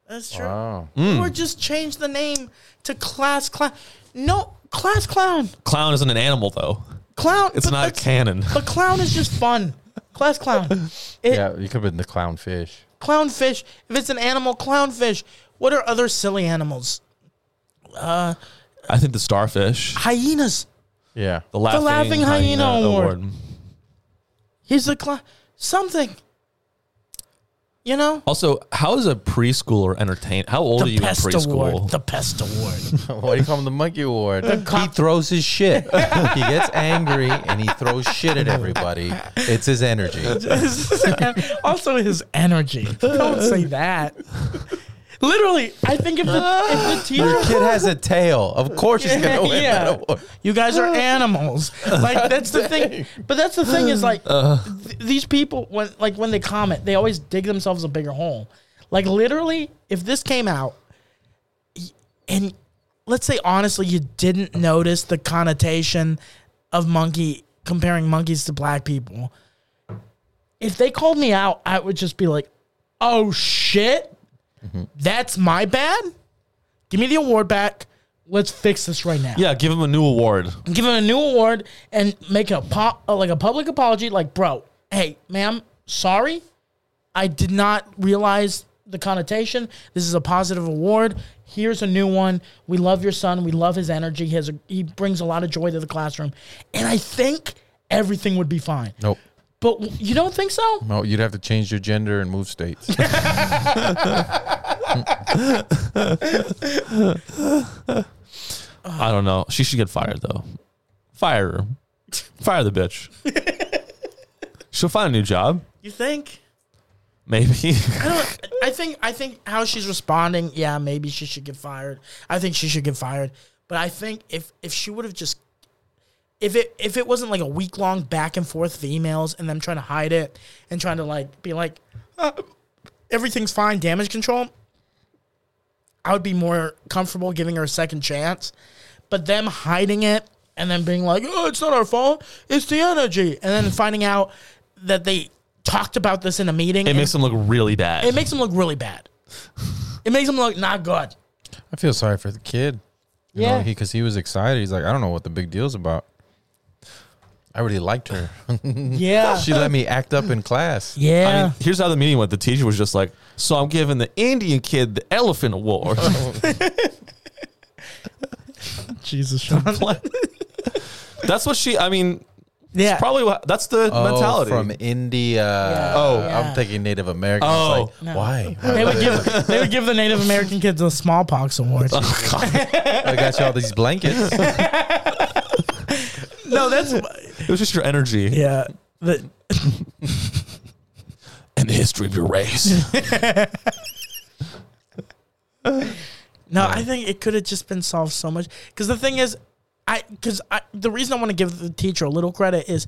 That's true.
wow.
Hmm.
Or just change the name to class clown. No, class clown.
Clown isn't an animal, though.
Clown.
It's
but
not
that's-
canon.
But clown is just fun. Class
<laughs>
clown. It,
Yeah, you could have been the clownfish.
Clownfish. If it's an animal, clownfish. What are other silly animals?
I think the starfish,
Hyenas.
Yeah.
the laughing,
laughing hyena award. He's a clown. Something. You know?
Also, how is a preschooler entertained? How old are
the
you in
pest award.
preschool?
The pest award. <laughs>
Why do you call him the monkey award? he
cop-
throws his shit. <laughs> he gets angry and he throws shit at everybody. It's his <laughs> energy.
<laughs>
also his energy. Don't say that. Literally, I think if the, if the teacher
Your kid has a tail. Of course he's gonna win that
yeah.
award.
You guys are animals. Like that's the thing. But that's the thing is like th- these people when like when they comment, they always dig themselves a bigger hole. Like literally, if this came out y- and let's say honestly you didn't notice the connotation of monkey comparing monkeys to black people. If they called me out, I would just be like, "Oh shit." That's my bad. Give me the award back. Let's fix this right now
Yeah, give him a new award.
give him a new award and make a pop uh, like a public apology like bro hey ma'am sorry i did not realize the connotation this is a positive award here's a new one we love your son we love his energy he, has a, he brings a lot of joy to the classroom and i think everything would be fine
Nope.
but w- you don't think so
No, you'd have to change your gender and move states. <laughs>
I don't know. She should get fired though. Fire her. Fire the bitch. She'll find a new job.
you think
Maybe.
I, don't, I think I think how she's responding. Yeah, maybe she should get fired. I think she should get fired. But I think if if she would have just if it if it wasn't like a week long back and forth of emails and them trying to hide it and trying to like be like uh, everything's fine, damage control. I would be more comfortable giving her a second chance. But them hiding it and then being like, oh, it's not our fault, it's the energy, and then finding out that they talked about this in a meeting.
it
and-
makes him look really bad.
it makes him look really bad. It makes him look not good.
I feel sorry for the kid. You
Yeah.
know, he because he was excited. He's like, I don't know what the big deal's about. I really liked <laughs> her.
Yeah.
she let me act up in class.
Yeah.
I mean, here's how the meeting went. The teacher was just like, "So I'm giving the Indian kid the elephant award." <laughs>
Jesus, Sean.
that's what she. I mean,
yeah.
probably what, that's the
Oh,
mentality. <laughs>
from India.
Oh.
I'm thinking Native American.
Oh.
Oh, like, why?
they would give they would give the Native American kids a smallpox award.
I got you all these <laughs> blankets.
no, that's
<laughs> it was just your energy
yeah. The,
and the history of your race.
no, I think it could have just been solved so much. Because the thing is, I because I the reason I want to give the teacher a little credit is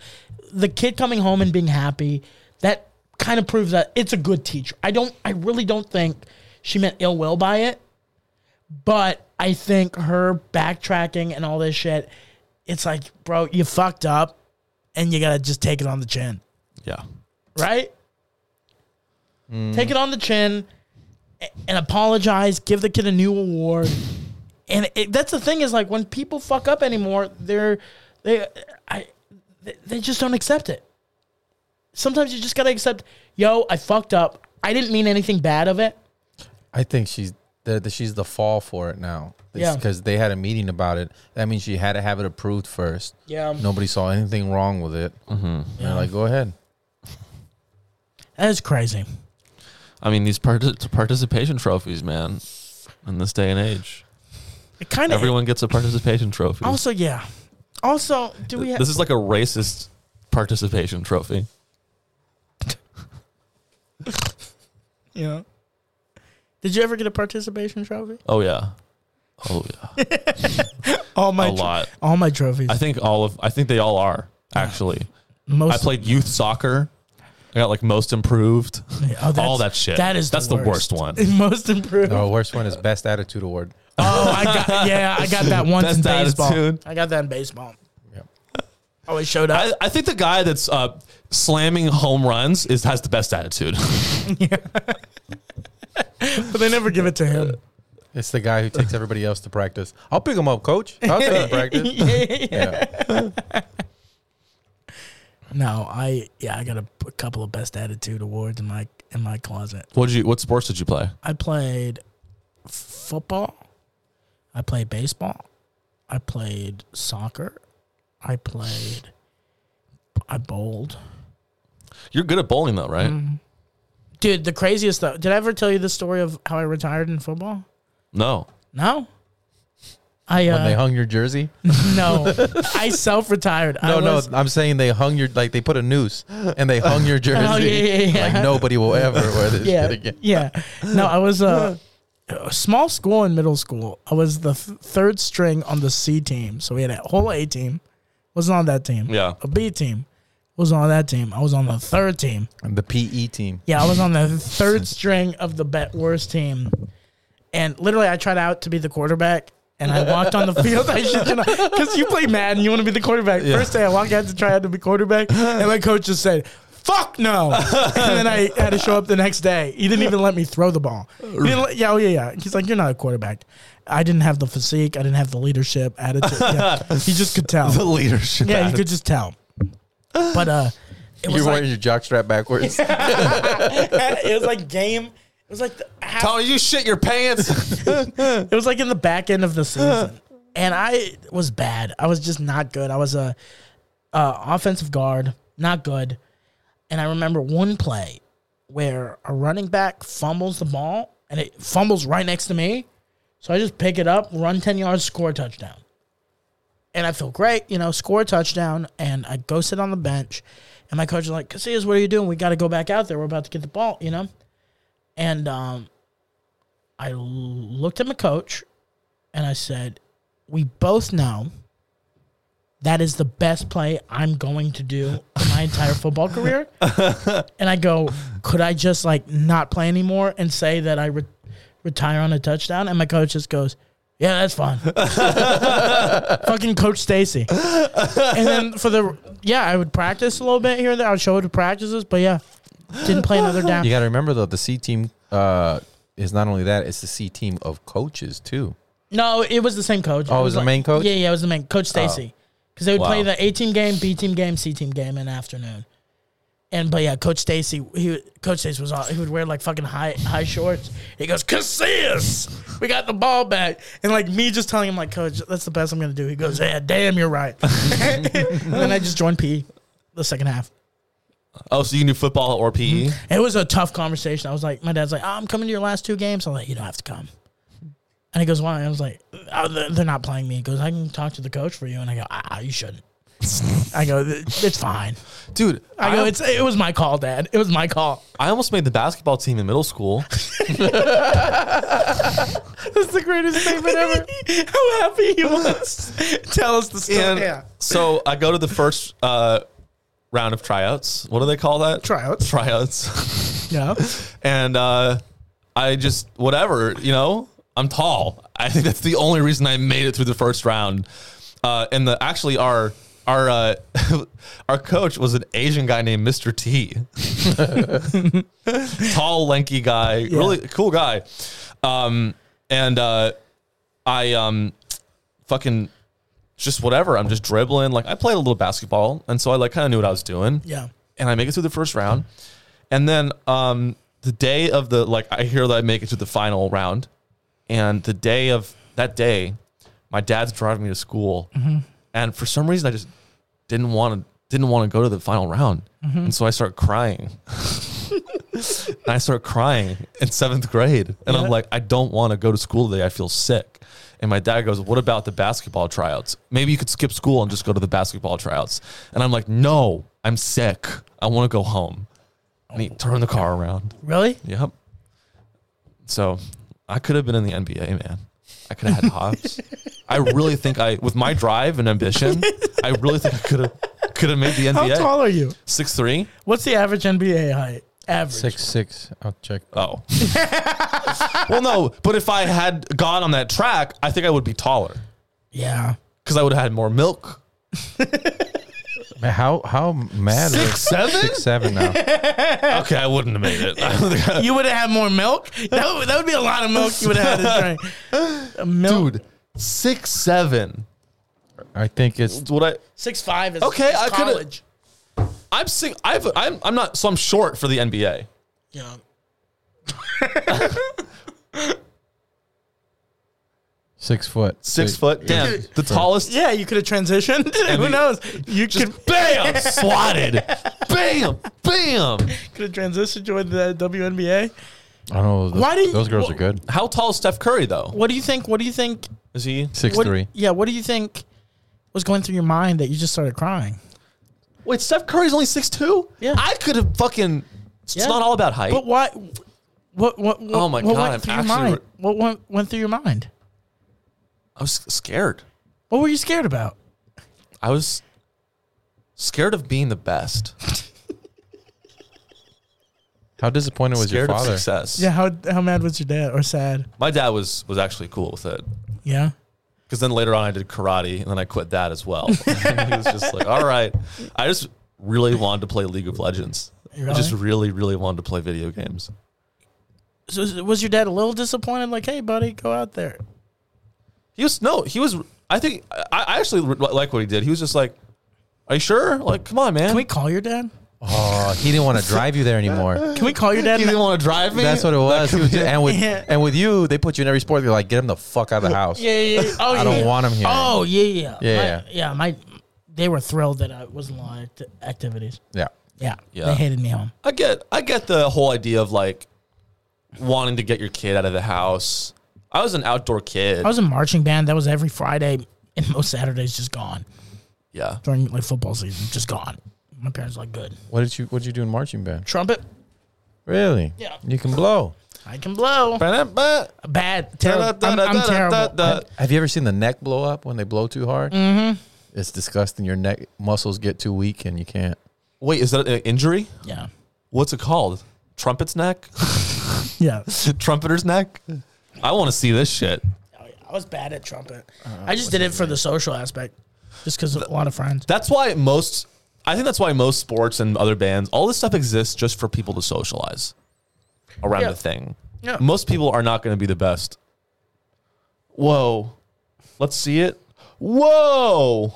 the kid coming home and being happy. That kind of proves that it's a good teacher. I don't. I really don't think she meant ill will by it. But I think her backtracking and all this shit, it's like, bro, you fucked up, and you gotta just take it on the chin
yeah,
right? Take it on the chin a- and apologize. Give the kid a new award. And it, that's the thing is like when people fuck up anymore, they're they I they- they just don't accept it. Sometimes you just gotta accept, yo, I fucked up. I didn't mean anything bad of it.
I think she's the, the, she's the fall for it now.
Yeah.
Because they had a meeting about it. That means she had to have it approved first.
Yeah.
Nobody saw anything wrong with it. Mm-hmm. They're like, go ahead.
That is crazy.
I mean these parti- participation trophies, man. In this day and age,
It kind of
everyone gets a participation trophy.
also yeah. Also, do we have
this is like a racist participation trophy.
yeah? Did you ever get a participation trophy?
Oh yeah, oh yeah,
All <laughs> my
a lot.
all my trophies.
I think all of I think they all are actually.
Most
I played youth soccer. I got like most improved.
Oh, that's-
All that shit.
That is
That's the worst one.
<laughs> Most improved.
The worst one is Best Attitude Award.
Oh, I got yeah, I got that once
Best
in baseball.
attitude.
I got that in baseball.
Yep.
Always showed up.
I, I think the guy that's uh, slamming home runs is has the best attitude. <laughs>
but they never give it to <laughs> him.
It's the guy who takes everybody else to practice. I'll pick him up, coach. I'll take him to
<laughs>
practice. Yeah.
No, I yeah, I got a, a couple of best attitude awards in my in my closet.
what did you? What sports did you play?
I played f- football. I played baseball. I played soccer. I played I bowled.
You're good at bowling though, right?
Mm-hmm. Dude, the craziest though. Did I ever tell you the story of how I retired in football?
No.
No. I
When they
uh,
hung your jersey?
no.
<laughs>
I self retired.
No,
I
no. <laughs>
was- Oh,
I'm saying they hung your like they put a noose and they hung
<laughs>
your jersey.
yeah, yeah, yeah.
Like nobody will ever wear this shit
Yeah,
again. <laughs>
yeah. No, I was. Uh, uh, small school and middle school, I was the th- third string on the C team. So we had a whole A team, wasn't on that team.
Yeah.
A B team, wasn't on that team. I was on the third team.
The PE team.
Yeah, I was on the third string of the bet worst team, and literally I tried out to be the quarterback. And I walked on the field. I should because you play Madden, you want to be the quarterback. First day I walked out to try out to be quarterback, and my coach just said, "Fuck no!" And then I had to show up the next day. He didn't even let me throw the ball. He didn't let- yeah, oh yeah, yeah. He's like, "You're not a quarterback." I didn't have the physique. I didn't have the leadership attitude. Yeah. He just could tell.
The leadership.
yeah, you
attitude.
could just tell. But uh, it was like,
You're wearing your jockstrap backwards.
<laughs> it was like game. It was like the half,
Tony, you shit your pants. <laughs>
it was like in the back end of the season, and I was bad. I was just not good. I was a, a offensive guard, not good. And I remember one play where a running back fumbles the ball, and it fumbles right next to me. So I just pick it up, run ten yards, score a touchdown. And I feel great, you know, score a touchdown, and I go sit on the bench, and my coach is like, "Casillas, what are you doing? We got to go back out there. We're about to get the ball," you know. And um, I l- looked at my coach and I said, We both know that is the best play I'm going to do in my entire football career. and I go, Could I just like not play anymore and say that I re- retire on a touchdown? And my coach just goes, yeah, that's fine. Fucking Coach Stacy. And then for the yeah, I would practice a little bit here and there. I would show it to practices, but yeah, didn't play another down.
you got to remember though, the C team uh, is not only that; it's the C team of coaches too.
No, it was the same coach.
Oh, it was the main coach? Oh.
Yeah, yeah, it was the main coach Stacy. Because they would play
Wow.
the A team game, B team game, C team game in the afternoon. And but yeah, Coach Stacy, he Coach Stacy was on. He would wear like fucking high high shorts. He goes, Casillas, we got the ball back, and like me just telling him like, Coach, that's the best I'm gonna do. He goes, Yeah, damn, you're right. <laughs> and then I just joined PE the second half.
oh, so you knew football or E? PE?
It was a tough conversation. I was like, my dad's like, oh, I'm coming to your last two games. I'm like, you don't have to come. And he goes, why? I was like, oh, they're they're not playing me. He goes, I can talk to the coach for you. And I go, ah, you shouldn't. I go, it's fine.
Dude,
I go, it's it was my call, Dad. It was my call.
I almost made the basketball team in middle school.
<laughs> That's the greatest statement ever. <laughs> How happy he was. <laughs> Tell us the story.
And
yeah.
so I go to the first uh, round of tryouts. What do they call that?
Tryouts.
Tryouts. <laughs>
Yeah.
and uh, I just whatever you know. I'm tall. I think that's the only reason I made it through the first round. Uh, and the actually our our uh, <laughs> our coach was an Asian guy named Mr. T. <laughs> tall, lanky guy, really cool guy. Um, and uh, I um, fucking just whatever. I'm just dribbling. Like I played a little basketball, and so I like kind of knew what I was doing
Yeah.
and I make it through the first round. And then um, the day of the like, I hear that I make it to the final round, and the day of that day, my dad's driving me to school, and for some reason I just didn't want to didn't want to go to the final round, and so I start crying. and I start crying in seventh grade, and I'm like, I don't want to go to school today. I feel sick. And my dad goes, "What about the basketball tryouts? Maybe you could skip school and just go to the basketball tryouts." And I'm like, "No, I'm sick. I want to go home." And he turned the car around.
Really?
Yep. So I could have been in the NBA, man. I could have had hops. I really think I, with my drive and ambition, I really think I could have could have made the
How
NBA.
tall are you?
Six three.
What's the average NBA height? Average.
Six six. I'll check.
Oh. well, no. But if I had gone on that track, I think I would be taller
Yeah.
because I would have had more milk.
Man, how how mad are-
Six, seven?
Six seven now.
Okay, I wouldn't have made it. <laughs> I don't think I-
You would have had more milk. That would, that would be a lot of milk you would have had to drink. A milk.
Dude, six seven.
I think it's
What I
Six five is
Okay,
Is
I coulda-
college.
I'm sing I've I'm I'm not so I'm short for the NBA.
Yeah.
six foot.
Six foot. Damn. the tallest
Yeah, you could have transitioned. <laughs> Who
we-
knows? You could <laughs>
just bam swatted. Bam. Bam.
could have transitioned to the WNBA.
I don't know. Those,
Why do you-
those girls
wh-
are good.
How tall is Steph Curry though?
What do you think? What do you think?
Is he
Six
What,
three.
Yeah. What do you think was going through your mind that you just started crying?
Wait, Steph Curry's only six two?
Yeah.
I could have fucking it's
Yeah.
not all about height.
But why? What? What? what
Oh my
what
God,
Went
I'm
through your
actually
mind?
re-
What went, went through your mind?
I was scared.
What were you scared about?
I was scared of being the best.
How disappointed was
scared
your
of
father?
success.
Yeah. How how mad was your dad or sad?
My dad was was actually cool with it.
Yeah.
Because then later on, I did karate, and then I quit that as well. <laughs> he was just like, "All right." I just really wanted to play League of Legends. I just really, really wanted to play video games.
So was your dad a little disappointed? Like, hey, buddy, go out there.
He was no, he was. I think I, I actually re- like what he did. He was just like, "Are you sure? Like, come on, man."
Can we call your dad?
Oh, he didn't want to drive you there
<laughs>
anymore.
Can we call your dad?
he didn't want to drive me.
That's what it was. He was just- and with
<laughs>
Yeah.
and with you, they put you in every sport. They're like, get him the fuck out of the house.
yeah, yeah. yeah. Oh,
I don't
yeah.
want him here.
Oh yeah, yeah,
Yeah,
My-
yeah.
yeah. My, they were thrilled that I wasn't on act- activities.
Yeah.
Yeah,
Yeah.
they hated me home.
I get I get the whole idea of like wanting to get your kid out of the house. I was an outdoor kid.
I was in marching band. That was every Friday, and most Saturdays just gone
yeah.
during like football season. Just gone. My parents were like good
What did you What did you do in marching band?
trumpet.
Really?
Yeah.
You can blow.
I can blow.
Terrible.
Bad. Terrible. I'm, I'm terrible.
Have you ever seen the neck blow up when they blow too hard? Mm-hmm. It's disgusting. Your neck muscles get too weak and you can't.
Wait, is that an injury?
Yeah.
What's it called? Trumpet's neck? <laughs>
Yeah.
Trumpeter's neck? I want to see this shit.
Oh, yeah. I was bad at trumpet.
Uh,
I just did it for the social aspect, just because a lot of friends.
That's why most I think that's why most sports and other bands, all this stuff exists just for people to socialize around
Yeah.
the thing.
Yeah.
Most people are not going to be the best. Whoa. Let's see it. Whoa.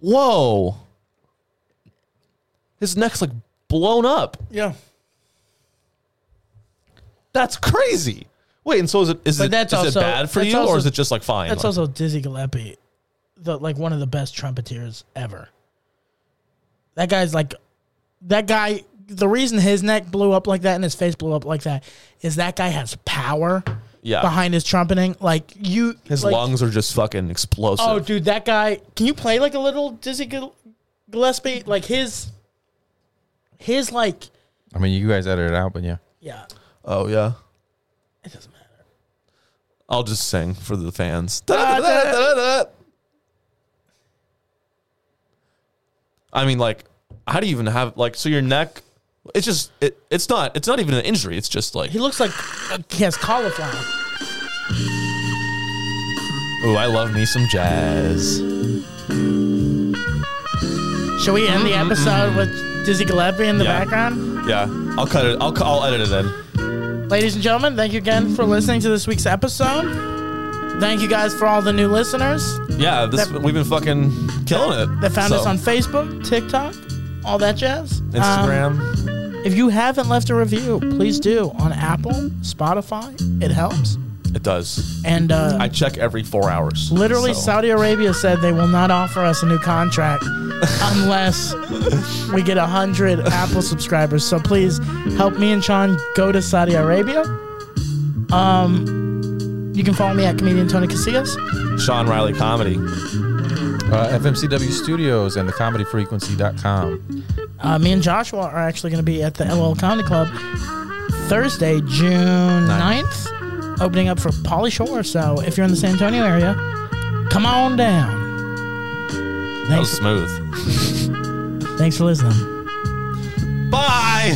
Whoa. His neck's like blown up.
Yeah.
That's crazy. Wait, and so is it is,
But
it,
that's
is
also-
it bad for
that's
you
also-
or is it just like fine?
That's
Like-
also Dizzy Gillespie, the like one of the best trumpeters ever. That guy's like, that guy. The reason his neck blew up like that and his face blew up like that is that guy has power
Yeah.
behind his trumpeting. Like you,
Oh. his
like,
lungs are just fucking explosive.
Oh, dude, that guy. Can you play like a little Dizzy Gill- Gillespie? Like his, his like,
I mean, you guys edited it out, but yeah.
yeah.
Oh yeah.
It doesn't matter.
I'll just sing for the fans. I mean, like, how do you even have like? So your neck, it's just it, It's not. It's not even an injury. It's just like.
He looks like he has cauliflower.
Ooh, I love me some jazz.
Should we end the episode with Dizzy Gillespie in the
Yeah.
background?
Yeah, I'll cut it. I'll cu- I'll edit it in.
Ladies and gentlemen, thank you again for listening to this week's episode. Thank you guys for all the new listeners
Yeah, this
That-
we've been fucking killing it.
that found
So,
us on Facebook, TikTok, all that jazz. Um,
Instagram.
if you haven't left a review, please do on Apple, Spotify. It helps.
it does.
And uh,
I check every four hours.
literally,
so.
Saudi Arabia said they will not offer us a new
<laughs>
contract unless we get 100 Apple subscribers. So please help me and Sean go to Saudi Arabia. Um, you can follow me at comedian Tony Casillas.
Sean Riley comedy.
Uh, FMCW Studios and thecomedyfrequency.com.
Uh, me and Joshua are actually going to be at the LL Comedy Club Thursday, June 9th, opening up for Polly Shore. So if you're in the San Antonio area, come on down.
That was
Thanks,
smooth.
thanks for listening.
Bye.